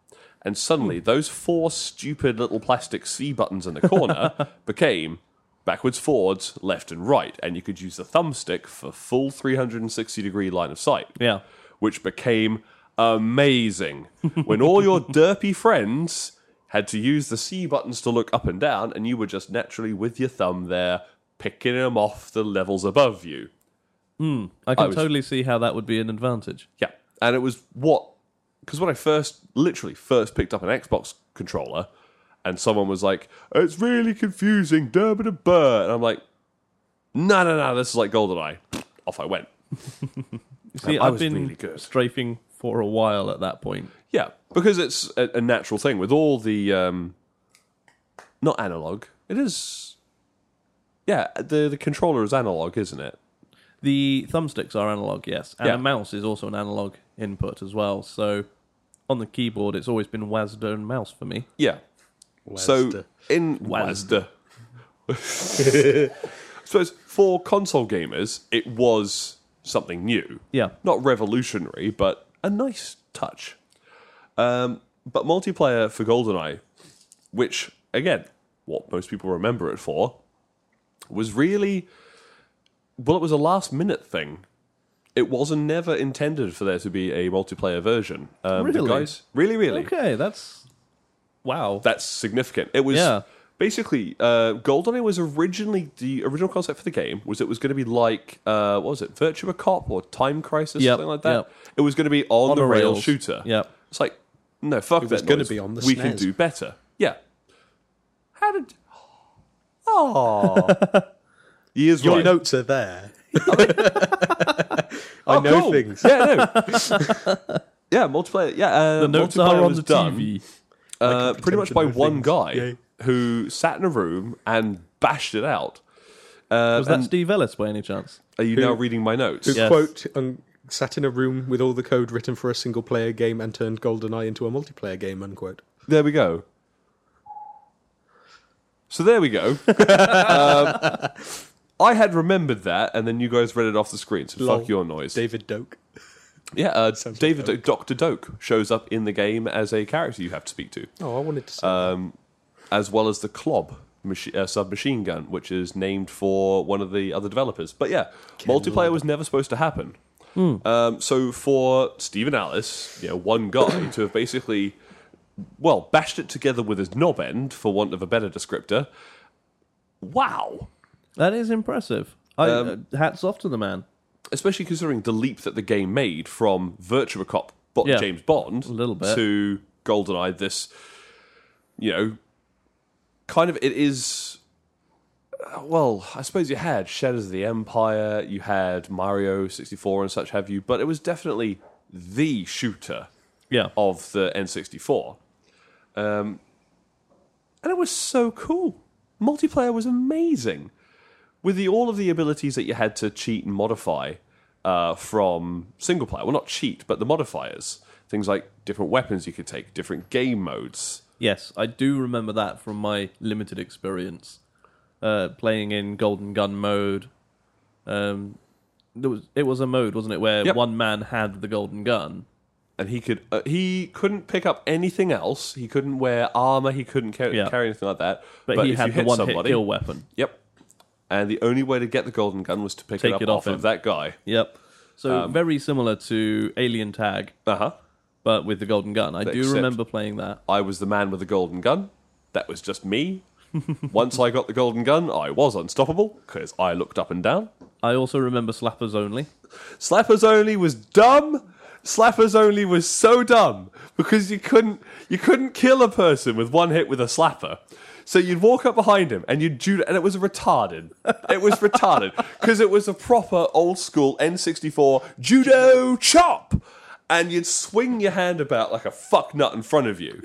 and suddenly those four stupid little plastic c buttons in the corner became backwards forwards left and right and you could use the thumbstick for full 360 degree line of sight
Yeah.
which became amazing when all your derpy friends had to use the C buttons to look up and down, and you were just naturally with your thumb there picking them off the levels above you.
I can
was-
totally see how that would be an advantage.
Yeah, and it was what because when I first, literally first picked up an Xbox controller, and someone was like, "It's really confusing, Derby to Burr," and I'm like, "No, no, no, this is like GoldenEye." Off I went.
You see,
I
I've
was
been
really good.
strafing for a while at that point.
Yeah, because it's a, a natural thing with all the um, not analog. It is. Yeah, the the controller is analog, isn't it?
The thumbsticks are analog, yes, and
Yeah.
a mouse is also an analog input as well. So on the keyboard, it's always been WASD and mouse for me.
Yeah. So
Wazda.
in Wazda. [laughs] I suppose for console gamers, it was something new.
Yeah.
Not revolutionary, but a nice touch. Um, but multiplayer for GoldenEye, which, again, what most people remember it for, was really. Well, it was a last minute thing. It wasn't never intended for there to be a multiplayer version. Um, the
Really?
guys, really, really
Okay, that's wow.
that's significant. It was
Yeah.
basically uh, GoldenEye was originally the original concept for the game was it was going to be like uh, what was it, Virtua Cop or Time Crisis,
Yep,
something like that.
yep.
It was going to be on,
On
the,
the
rail
rails.
shooter.
Yep.
it's like no fuck. It
was gonna be on the
We can
SNES.
do better. Yeah. How did? Oh. Years
Your
right.
notes are [laughs] there. I know
Oh, cool.
things.
Yeah,
[laughs]
no. yeah, multiplayer. Yeah, uh,
the notes
multiplayer
are on
was
the
done.
TV.
uh, pretty much by
pretend to know
one
things.
guy
Yay.
who sat in a room and bashed it out. Uh,
Was that
and
Steve Ellis by any chance?
are you now reading my notes?
Who
Yes.
quote and sat in a room with all the code written for a single player game and turned GoldenEye into a multiplayer game, unquote.
There we go. So there we
[laughs]
go. um, I had remembered that, and then you guys read it off the screen. So
Lol.
fuck your noise.
David Doak.
yeah, uh,
like
David Doak. Doctor Doak shows up in the game as a character you have to speak to,
Oh, I wanted to say.
as well as the Clob machi- uh, submachine gun, which is named for one of the other developers. But yeah, multiplayer was never supposed to happen. Um, so for Stephen Alice, you know, one guy to have basically, well, bashed it together with his knob end, for want of a better descriptor. Wow.
That is impressive. I,
Um,
uh, hats off to the man.
Especially considering the leap that the game made from Virtua Cop, Bo-
Yeah.
James Bond, a
little bit.
to GoldenEye, this, you know, kind of, it is, uh, well, I suppose you had Shadows of the Empire, you had Mario 64 and such have you, but it was definitely the shooter
Yeah.
of the N64. Um, and it was so cool. Multiplayer was amazing. With the, all of the abilities that you had to cheat and modify uh, from single player. Well, not cheat, but the modifiers. Things like different weapons you could take, different game modes.
Yes, I do remember that from my limited experience uh, playing in Golden Gun mode. Um, there was it was a mode, wasn't it, where
Yep.
one man had the golden gun.
And he could uh, he couldn't pick up anything else. He couldn't wear armor. He couldn't ca-
Yeah.
carry anything like that.
But, he
if
had
you
the
hit
one hit
somebody,
kill weapon.
Yep. And the only way to get the golden gun was to pick
Take
it up
it
off
off
of
him.
that guy.
Yep. So
Um,
very similar to Alien Tag,
Uh huh.
but with the golden gun. I do
Except-
remember playing that.
I was the man with the golden gun. That was just me. Once I got the golden gun, I was unstoppable because I looked up and down.
I also remember Slappers Only.
Slappers only was dumb. Slappers only was so dumb because you couldn't you couldn't kill a person with one hit with a slapper. So you'd walk up behind him and you'd judo, and it was retarded. It was retarded because it was a proper old school N64 judo chop, and you'd swing your hand about like a fuck nut in front of you,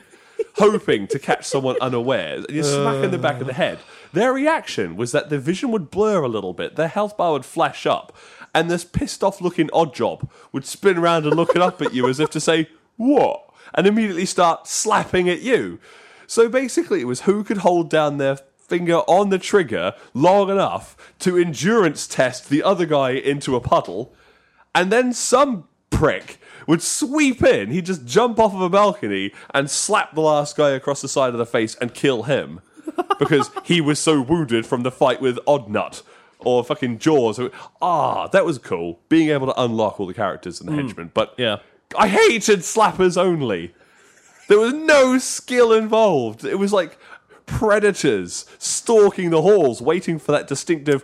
hoping to catch someone unawares, and you smack in the back of the head. Their reaction was that their vision would blur a little bit, their health bar would flash up, and this pissed off looking odd job would spin around and look it up at you as if to say, What? and immediately start slapping at you. So basically, it was who could hold down their finger on the trigger long enough to endurance test the other guy into a puddle, and then some prick would sweep in. He'd just jump off of a balcony and slap the last guy across the side of the face and kill him because he was so wounded from the fight with Oddnut or fucking Jaws. Ah, that was cool. Being able to unlock all the characters and the henchmen, but
Yeah.
I hated slappers only. There was no skill involved. It was like predators stalking the halls, waiting for that distinctive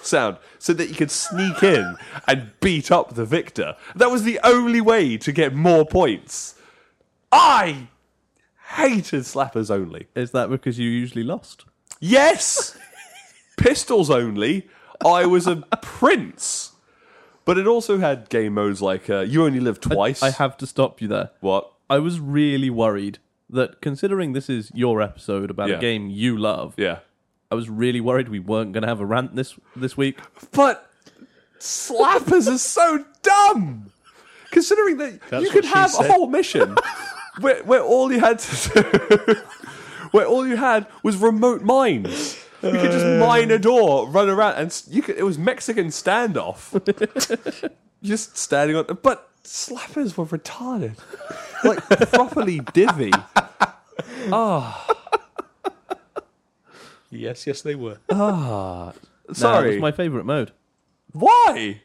sound so that you could sneak in and beat up the victor. That was the only way to get more points. I hated slappers only.
Is that because you usually lost?
Yes! [laughs] Pistols only. I was a prince. But it also had game modes like uh, you only live twice.
I have to stop you there.
What?
I was really worried that considering this is your episode about
Yeah.
a game you love,
Yeah.
I was really worried we weren't going to have a rant this this week.
But slappers are so dumb. Considering that
That's
you could
what she
have a
said.
whole mission where, where all you had to do, [laughs] where all you had was remote mines. You could
Uh.
just mine a door, run around, and s- you could. It was Mexican standoff. [laughs] just standing on, but slappers were retarded, like properly divvy.
Yes, yes, they were.
Nah, it
Sorry,
was my favourite mode
why?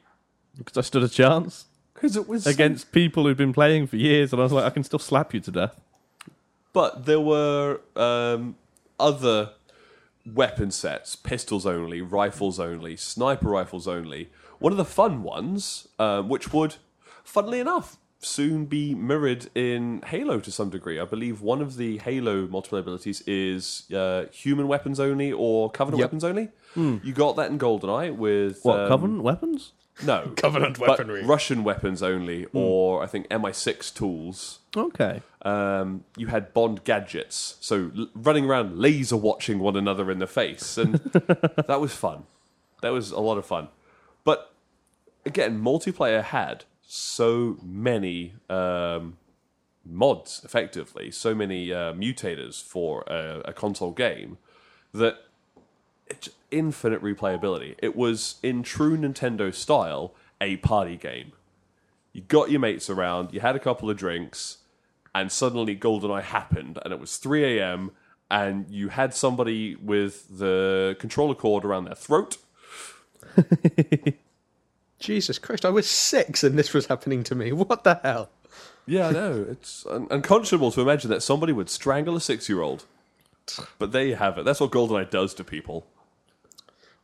because I stood a chance
Because it was again.
against people who'd been playing for years, and I was like, I can still slap you to death.
But there were um, other weapon sets pistols only, rifles only, sniper rifles only. One of the fun ones, um, which would, funnily enough, soon be mirrored in Halo to some degree. I believe one of the Halo multiplayer abilities is uh, human weapons only or Covenant
Yep.
weapons only. You got that in GoldenEye with.
What
um,
covenant weapons?
No.
Covenant
but
weaponry.
Russian weapons only, or I think MI6 tools
Okay,
um, you had Bond gadgets, so l- running around laser watching one another in the face, and that was fun. That was a lot of fun. But again, multiplayer had so many um, mods, effectively, so many uh, mutators for a, a console game that it's infinite replayability. It was in true Nintendo style a party game. You got your mates around, you had a couple of drinks, and suddenly GoldenEye happened, and it was 3 a.m., and you had somebody with the controller cord around their throat.
Jesus Christ, I was six and this was happening to me. [laughs] What the hell?
Yeah, I know. It's [laughs] un- unconscionable to imagine that somebody would strangle a six year old. But there you have it. That's what GoldenEye does to people.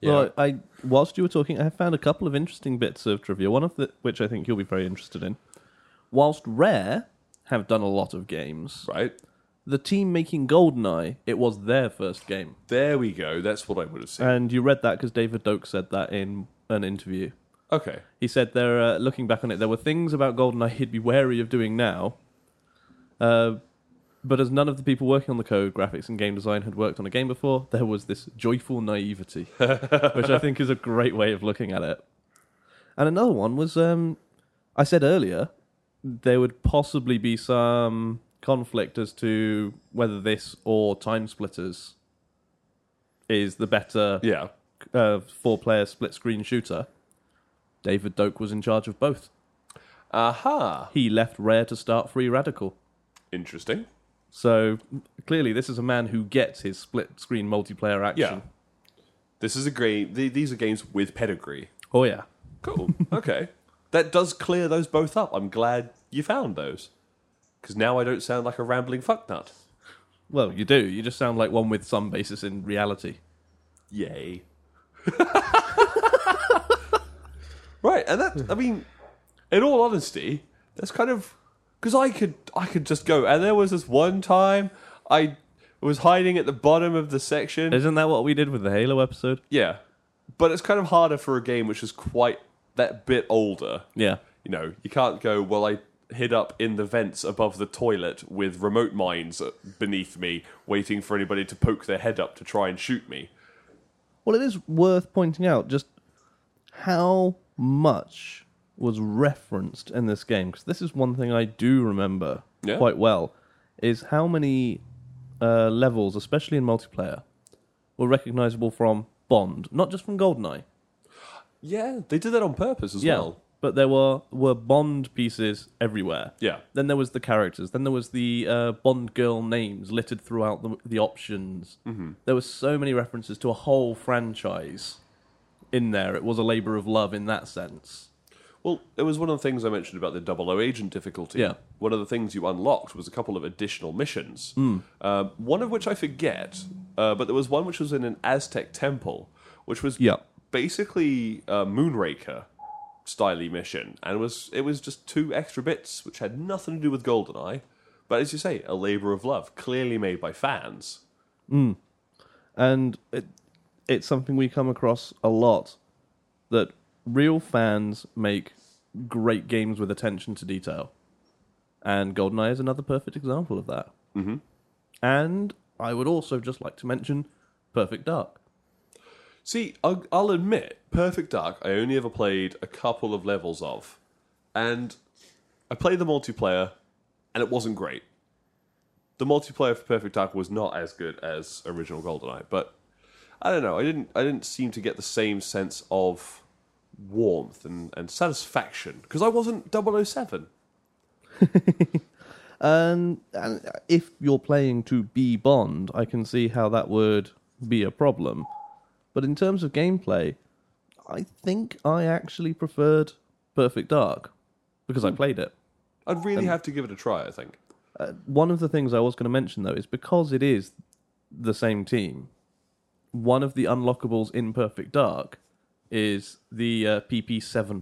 Well, I whilst you were talking, I have found a couple of interesting bits of trivia. One of the, which I think you'll be very interested in. Whilst Rare have done a lot of games,
Right?
the team making Goldeneye, it was their first game,
There we go. That's what I would have said.
and you read that because David Doak said that in an interview.
Okay.
He said there, uh, looking back on it, there were things about Goldeneye he'd be wary of doing now. Uh, but as none of the people working on the code, graphics, and game design had worked on a game before, there was this joyful naivety, which I think is a great way of looking at it. And another one was, um, I said earlier, there would possibly be some conflict as to whether this or Time Splitters is the better
Yeah.
uh, four player split screen shooter, David Doak was in charge of both.
Aha.
He left Rare to start Free Radical.
Interesting.
So clearly, this is a man who gets his split screen multiplayer action.
Yeah. This is a game. th- These are games with pedigree.
Oh, yeah.
[laughs] Cool. Okay. that does clear those both up. I'm glad you found those. Because now I don't sound like a rambling fucknut.
Well, you do. You just sound like one with some basis in reality.
Yay. [laughs] right, and that I mean, in all honesty, that's kind of because I could I could just go. And there was this one time I was hiding at the bottom of the section.
Isn't that what we did with the Halo episode?
yeah, but it's kind of harder for a game which is quite that bit older.
Yeah.
you know, you can't go, well, I hid up in the vents above the toilet with remote mines beneath me, waiting for anybody to poke their head up to try and shoot me.
Well, it is worth pointing out just how much was referenced in this game because this is one thing I do remember
Yeah.
quite well is how many uh, levels, especially in multiplayer, were recognizable from Bond, not just from Goldeneye.
Yeah, they did that on purpose as well.
but there were were Bond pieces everywhere.
Yeah.
Then there was the characters. Then there was the uh, Bond girl names littered throughout the, the options. Mm-hmm. There were so many references to a whole franchise in there. It was a labor of love in that sense.
Well, it was one of the things I mentioned about the double O agent difficulty.
Yeah.
One of the things you unlocked was a couple of additional missions.
Hmm.
Um, one of which I forget, uh, but there was one which was in an Aztec temple, which was
Yeah.
basically a Moonraker styly mission, and was it was just two extra bits which had nothing to do with Goldeneye, but as you say, a labor of love, clearly made by fans.
and it, it's something we come across a lot that real fans make great games with attention to detail and goldeneye is another perfect example of that mm-hmm. and i would also just like to mention perfect dark
See, I'll, I'll admit, Perfect Dark, I only ever played a couple of levels of. And I played the multiplayer, and it wasn't great. The multiplayer for Perfect Dark was not as good as original GoldenEye, but I don't know. I didn't. I didn't seem to get the same sense of warmth and, and satisfaction because I wasn't 007.
and, Um, and if you're playing to be bond i can see how that would be a problem but in terms of gameplay i think i actually preferred perfect dark because i played it
I'd really have to give it a try. I think.
Uh, one of the things I was going to mention though is because it is the same team. One of the unlockables in Perfect Dark is the uh, PP7.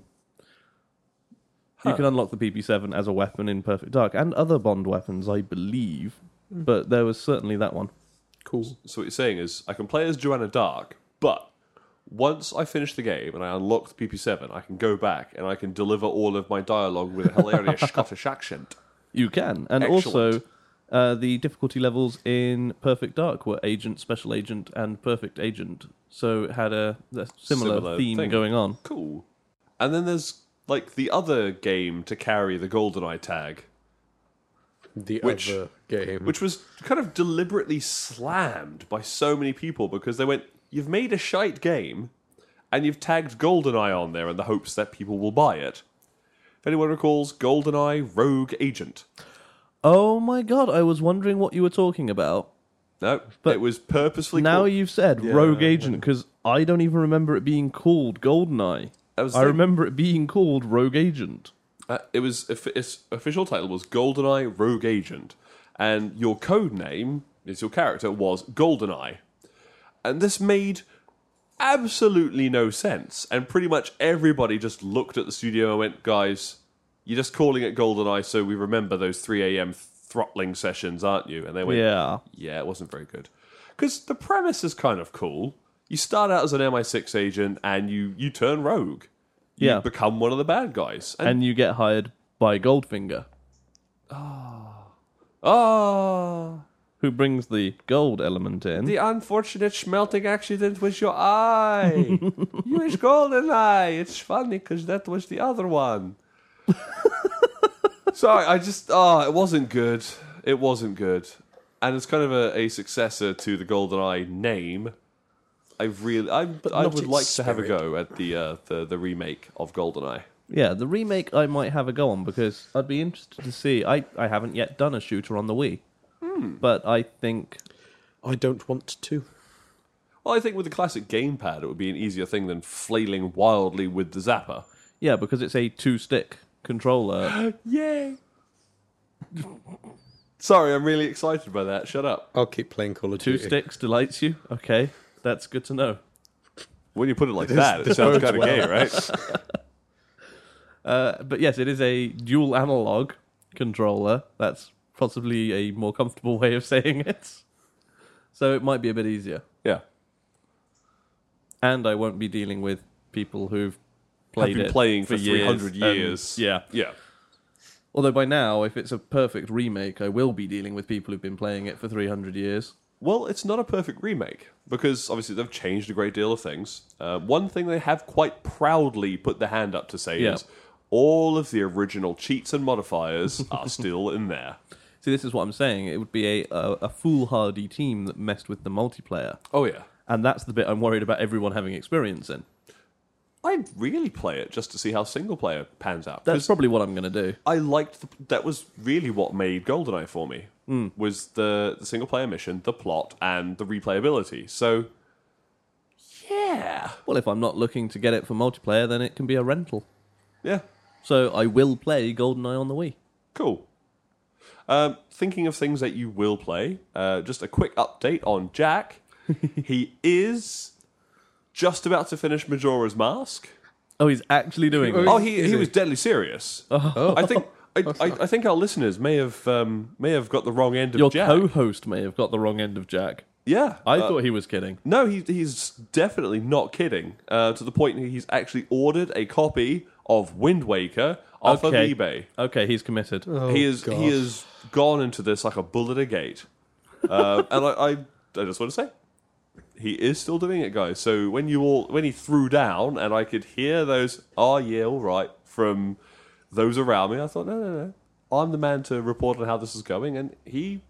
You can unlock the PP7 as a weapon in Perfect Dark and other Bond weapons, I believe,
Hmm.
but there was certainly that one.
Cool.
So what you're saying is I can play as Joanna Dark, but once I finish the game and I unlock the PP7, I can go back and I can deliver all of my dialogue with a hilarious Scottish accent.
You can, and also
Excellent.
uh, the difficulty levels in Perfect Dark were Agent, Special Agent, and Perfect Agent, so it had a, a similar,
Similar
theme
thing.
going on.
Cool. And then there's like the other game to carry the GoldenEye tag,
The
Which-
other game.
which was kind of deliberately slammed by so many people because they went, "You've made a shite game, and you've tagged GoldenEye on there in the hopes that people will buy it." If anyone recalls, GoldenEye Rogue Agent.
Oh my god, I was wondering what you were talking about.
No,
But
it was purposefully.
now
called-
you've said Rogue Agent because I don't even remember it being called Goldeneye.
That was
I
the-
remember it being called Rogue Agent.
Uh, it was its official title was GoldenEye Rogue Agent, and your code name is your character was GoldenEye, and this made absolutely no sense. And pretty much everybody just looked at the studio and went, "Guys, you're just calling it GoldenEye, so we remember those 3 a.m. throttling sessions, aren't you?" And they went,
Yeah.
yeah, it wasn't very good. Because the premise is kind of cool. You start out as an MI6 agent and you, you turn rogue. You
Yeah.
become one of the bad guys. And,
And you get hired by Goldfinger,
ah,
who brings the gold element in.
the unfortunate smelting accident with your
[laughs]
eye. you is golden eye. It's funny because that was the other one. Sorry, I just, ah, it wasn't good. It wasn't good. And it's kind of a, a successor to the golden eye name. I really, I, I
not
would
its
like to have a
spirit.
go at the, uh, the the remake of Goldeneye.
yeah, the remake I might have a go on because I'd be interested to see. I, I haven't yet done a shooter on the Wii,
Hmm.
but I think
I don't want to.
Well, I think with the classic gamepad, it would be an easier thing than flailing wildly with the zapper.
yeah because it's a two stick
[gasps]
controller.
Yay! [laughs] Sorry, I'm really excited by that. Shut up.
I'll keep playing Call of
two
Duty.
sticks delights you. Okay, that's good to know.
When you put it like that, it sounds kind of gay, [laughs] right?
but yes, it is a dual analog controller. That's possibly a more comfortable [laughs] way of saying it. So it might be a bit easier.
Yeah.
And I won't be dealing with people who've
I've
played
been
it
playing for,
for
300
years and-
years.
yeah.
Yeah.
Although by now, if it's a perfect remake, I will be dealing with people who've been playing it for 300 years.
Well, it's not a perfect remake because obviously they've changed a great deal of things. Uh, one thing they have quite proudly put their hand up to say
Yeah.
is all of the original cheats and modifiers [laughs] are still in there.
See, this is what I'm saying. It would be a, a, a foolhardy team that messed with the multiplayer.
Oh, yeah.
And that's the bit I'm worried about everyone having experience in.
I'd really play it just to see how single player pans out.
That's
'cause
probably what I'm going to do.
I liked the, that was really what made Goldeneye for me was the, the single player mission, the plot, and the replayability. So, yeah,
Well, if I'm not looking to get it for multiplayer, then it can be a rental.
yeah,
So I will play GoldenEye on the Wii.
cool. Um, thinking of things that you will [laughs] play, uh, just a quick update on Jack. he is just about to finish Majora's Mask.
Oh, he's actually doing it.
Oh, he Oh. he was deadly serious. I think [laughs] I, I, I think our listeners may have um, may have got the wrong end of
Your
Jack.
co-host may have got the wrong end of Jack.
yeah,
I
Uh,
thought he was kidding.
No, he, he's definitely not kidding. Uh, to the point that he's actually ordered a copy of Wind Waker off
Okay.
of eBay.
Okay, he's committed.
he is
God.
he has gone into this like a bull at a gate. Uh, [laughs] and I, I I just want to say he is still doing it, guys. So when you all when he threw down and I could hear those "Ah, yeah, all right" from those around me, I thought, no, no, no, I'm the man to report on how this is going, and he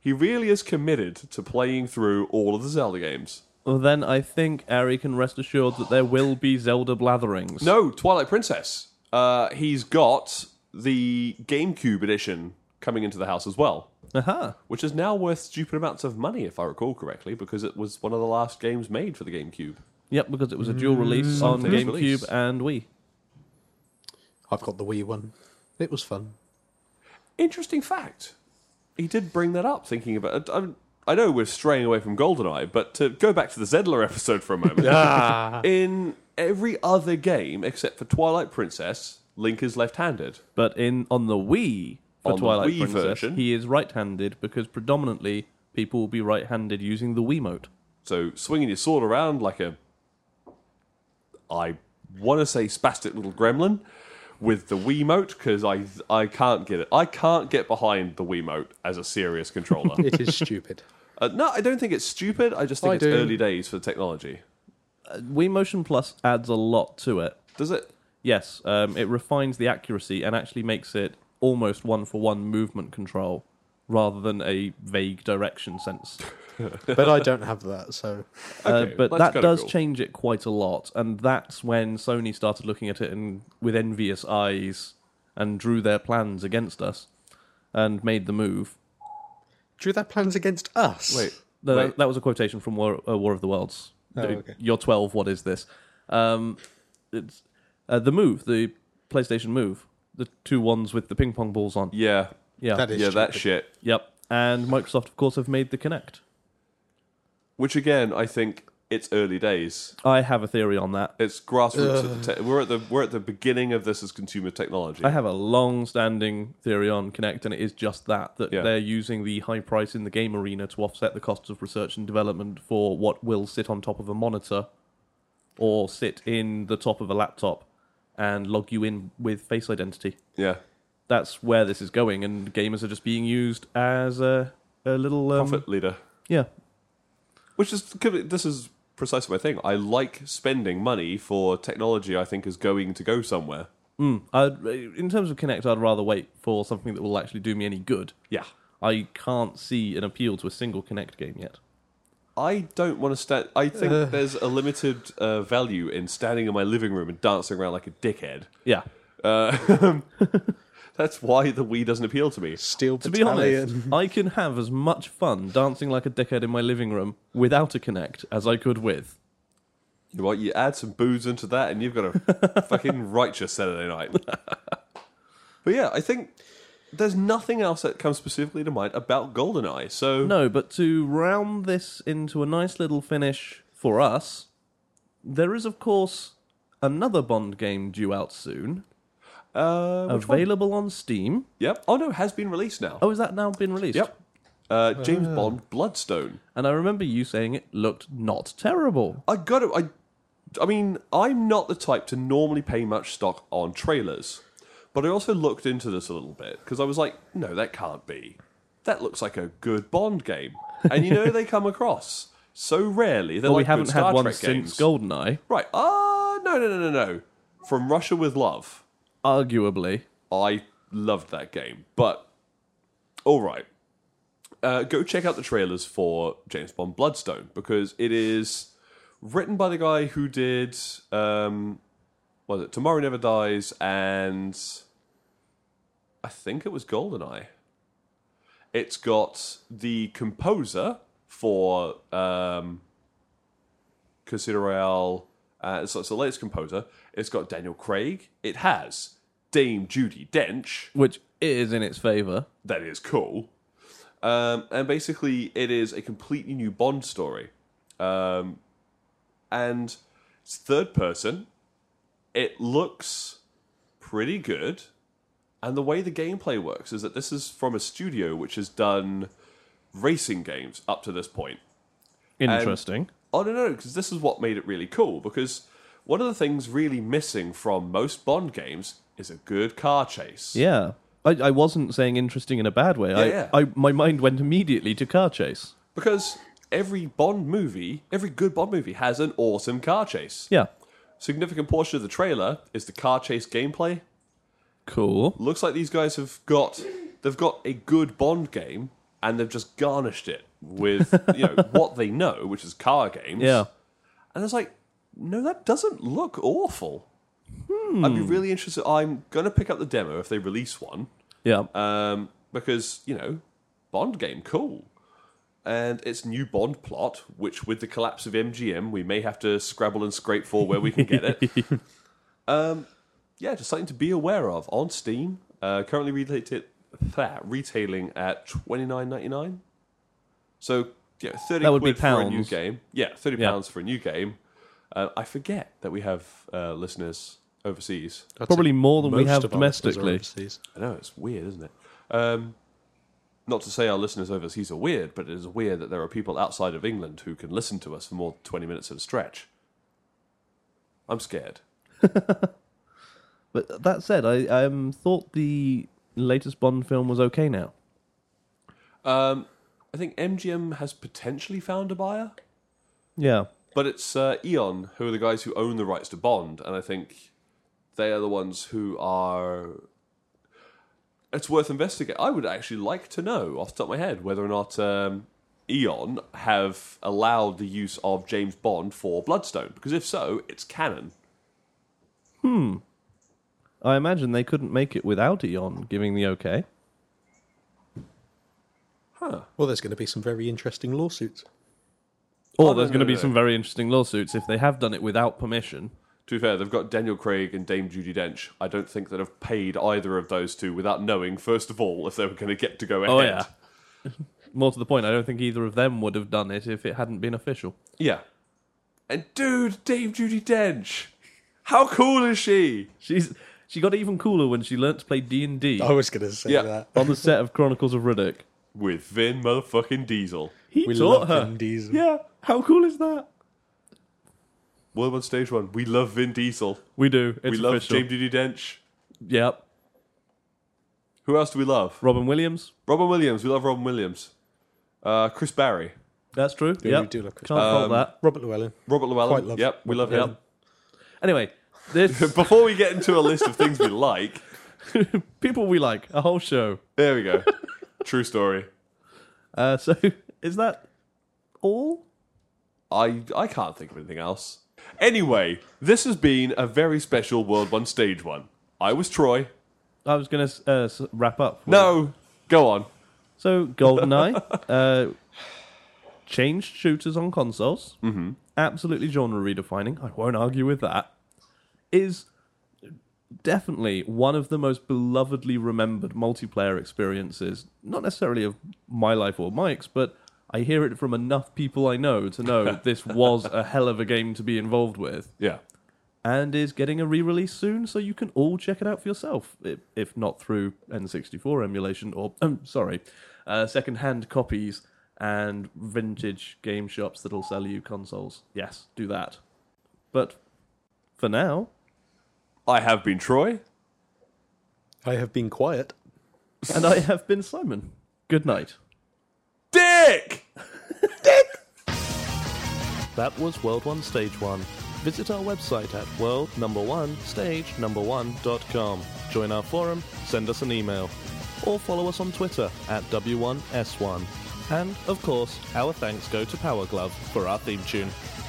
he really is committed to playing through all of the Zelda games.
Well, then I think Ari can rest assured that there will be Zelda blatherings.
No, Twilight Princess. Uh, he's got the GameCube edition coming into the house as well.
Uh-huh.
which is now worth stupid amounts of money, if I recall correctly, because it was one of the last games made for the GameCube.
Yep, because it was a dual release on
Something's
GameCube
released.
and Wii.
I've got the Wii one. It was fun.
Interesting fact. He did bring that up, thinking about. I, I know we're straying away from Goldeneye, but to go back to the Zedler [laughs] episode for a moment. In every other game except for Twilight Princess, Link is left-handed.
But in on the Wii for
On the
Twilight
Wii
Princess,
version.
he is right-handed because predominantly people will be right-handed using the Wiimote.
So swinging your sword around like a, I want to say spastic little gremlin, with the Wiimote because I I can't get it. I can't get behind the Wiimote as a serious
[laughs]
controller.
It is [laughs] stupid.
uh, no, I don't think it's stupid. I just think
I
it's
do.
early days for the technology.
Uh, Wii Motion Plus adds a lot to it.
Does it?
Yes, um, it refines the accuracy and actually makes it almost one-for-one movement control rather than a vague
[laughs]
direction sense.
But I don't have that, so
Okay,
uh, but
that's
that
kinda
does
cool.
change it quite a lot, and that's when Sony started looking at it in, with envious eyes and drew their plans against us and made the move.
drew their plans against us.
Wait,
No,
wait.
that, that was a quotation from War, uh, War of the Worlds.
Oh,
Dude,
okay.
You're 12. What is this? Um, it's uh, the move, the PlayStation Move, the two ones with the ping pong balls on.
yeah,
Yeah.
That is
yeah, that
stupid.
shit.
Yep. And Microsoft, of course, have made the Kinect.
Which again, I think it's early days.
I have a theory on that.
It's grassroots. At the te- we're at the we're at the beginning of this as consumer technology.
I have a long-standing theory on Connect, and it is just that that
Yeah.
they're using the high price in the game arena to offset the costs of research and development for what will sit on top of a monitor or sit in the top of a laptop and log you in with face identity.
yeah,
That's where this is going, and gamers are just being used as a, a little um,
profit leader.
Yeah,
Which is this is precisely my thing. I like spending money for technology I think is going to go somewhere.
Mm. I'd, in terms of Connect, I'd rather wait for something that will actually do me any good.
Yeah.
I can't see an appeal to a single Connect game yet.
I don't want to stand. I think there's a limited uh, value in standing in my living room and dancing around like a dickhead.
Yeah.
Uh, [laughs] that's why the Wii doesn't appeal to me.
Steel
To be honest,
[laughs]
I can have as much fun dancing like a dickhead in my living room without a Kinect as I could with.
You, know what, you add some booze into that, and you've got a fucking righteous Saturday night. but yeah, I think there's nothing else that comes specifically to mind about GoldenEye. So
No, but to round this into a nice little finish for us, there is, of course, another Bond game due out soon,
uh, which one?
available on Steam.
Yep. Oh no, has been released now.
Oh, has that now been released?
Yep. Uh, James
Uh-huh.
Bond Bloodstone.
And I remember you saying it looked not terrible.
I got to I, I mean, I'm not the type to normally pay much stock on trailers, but I also looked into this a little bit because I was like, no, that can't be. That looks like a good Bond game, and you know
[laughs]
they come across so rarely. They're
Well, we
like good
haven't
Star
had one
Trek games.
since GoldenEye,
right? Ah, no, no, no, no, no. From Russia with Love.
arguably.
I loved that game. But all right, uh, go check out the trailers for James Bond Bloodstone because it is written by the guy who did um, what was it Tomorrow Never Dies and I think it was Goldeneye. It's got the composer for um, Casino Royale. Uh, so it's the latest composer. It's got Daniel Craig. It has Dame Judy Dench.
Which is in its favour.
That is cool. Um, and basically, it is a completely new Bond story. Um, and it's third person. It looks pretty good, and the way the gameplay works is that this is from a studio which has done racing games up to this point.
Interesting.
Oh no, no, because this is what made it really cool. Because one of the things really missing from most Bond games is a good car chase.
yeah. I, I wasn't saying interesting in a bad way. I,
yeah.
I my mind went immediately to car chase.
Because every Bond movie, every good Bond movie, has an awesome car chase.
Yeah.
Significant portion of the trailer is the car chase gameplay.
Cool.
Looks like these guys have got they've got a good Bond game and they've just garnished it with you know what they know, which is car games.
Yeah.
And it's like, no, that doesn't look awful. I'd be really interested. I'm gonna pick up the demo if they release one,
Yeah.
um, because you know, Bond game, cool, and it's new Bond plot, which with the collapse of MGM, we may have to scrabble and scrape for where we can get it.
[laughs]
um, yeah, just something to be aware of on Steam. Uh, currently retailed, retailing at twenty nine ninety nine. So yeah, thirty
That would be
quid for a new
pounds.
game. Yeah, thirty
Yeah.
pounds for a new game. Uh, I forget that we have uh, listeners overseas.
That's
Probably
it.
more than we
Most
have
of our listeners are
domestically.
overseas.
I know it's weird, isn't it? Um, not to say our listeners overseas are weird, but it is weird that there are people outside of England who can listen to us for more than twenty minutes at a stretch. I'm scared.
But that said, I um thought the latest Bond film was okay now.
Um, I think MGM has potentially found a buyer,
Yeah.
but it's uh, Eon who are the guys who own the rights to Bond, and I think they are the ones who are. It's worth investigating. I would actually like to know off the top of my head whether or not um, Eon have allowed the use of James Bond for Bloodstone, because if so, it's canon.
I imagine they couldn't make it without Eon giving the okay.
Well, there's going to be some very interesting lawsuits.
Oh,
Or
no,
there's
no,
going to
no,
be
no.
some very interesting lawsuits if they have done it without permission.
To be fair, they've got Daniel Craig and Dame Judy Dench. I don't think that have paid either of those two without knowing, first of all, if they were going to get to go ahead.
Oh yeah. More to the point, I don't think either of them would have done it if it hadn't been official.
Yeah. And dude, Dame Judy Dench. How cool is she?
She's she got even cooler when she learnt to play D and D
Oh.
I was going to say
Yeah.
that.
on the set of Chronicles of Riddick.
With Vin motherfucking Diesel.
He
We
taught
love
her.
Vin Diesel.
Yeah, how cool is that?
World One Stage One. We love Vin Diesel.
We do. It's
we love
official.
Dame Judy Dench.
Yep.
Who else do we love?
Robin Williams.
Robin Williams. We love Robin Williams. Uh, Chris Barry.
That's true.
Yeah,
yep.
we do Um, love Chris
Can't fault that.
Robert Llewellyn.
Robert Llewellyn.
Quite love-
yep, we love him.
Yep. Anyway,
[laughs]
this
Before we get into a list of things we like,
people we like a whole show.
there we go. True story.
Uh, [laughs] so is that all?
I I can't think of anything else. Anyway, this has been a very special World One Stage One. I was Troy.
I was going to uh, s- wrap up.
No, go on.
So GoldenEye uh, changed shooters on consoles. Mm-hmm. Absolutely genre redefining. I won't argue with that. Is definitely one of the most belovedly remembered multiplayer experiences. Not necessarily of my life or Mike's, but I hear it from enough people I know to know this was a hell of a game to be involved with,
Yeah.
and is getting a re-release soon, so you can all check it out for yourself, i- if not through N64 emulation or um, sorry, uh, second-hand copies and vintage game shops that'll sell you consoles. Yes, do that. But for now,
I have been Troy.
I have been quiet.
and I have been Simon. Good night.
Dick!
That was World One Stage One. Visit our website at world number one stage number one.com. Join our forum, send us an email, or follow us on Twitter at W1S1. And, of course, our thanks go to Power Glove for our theme tune.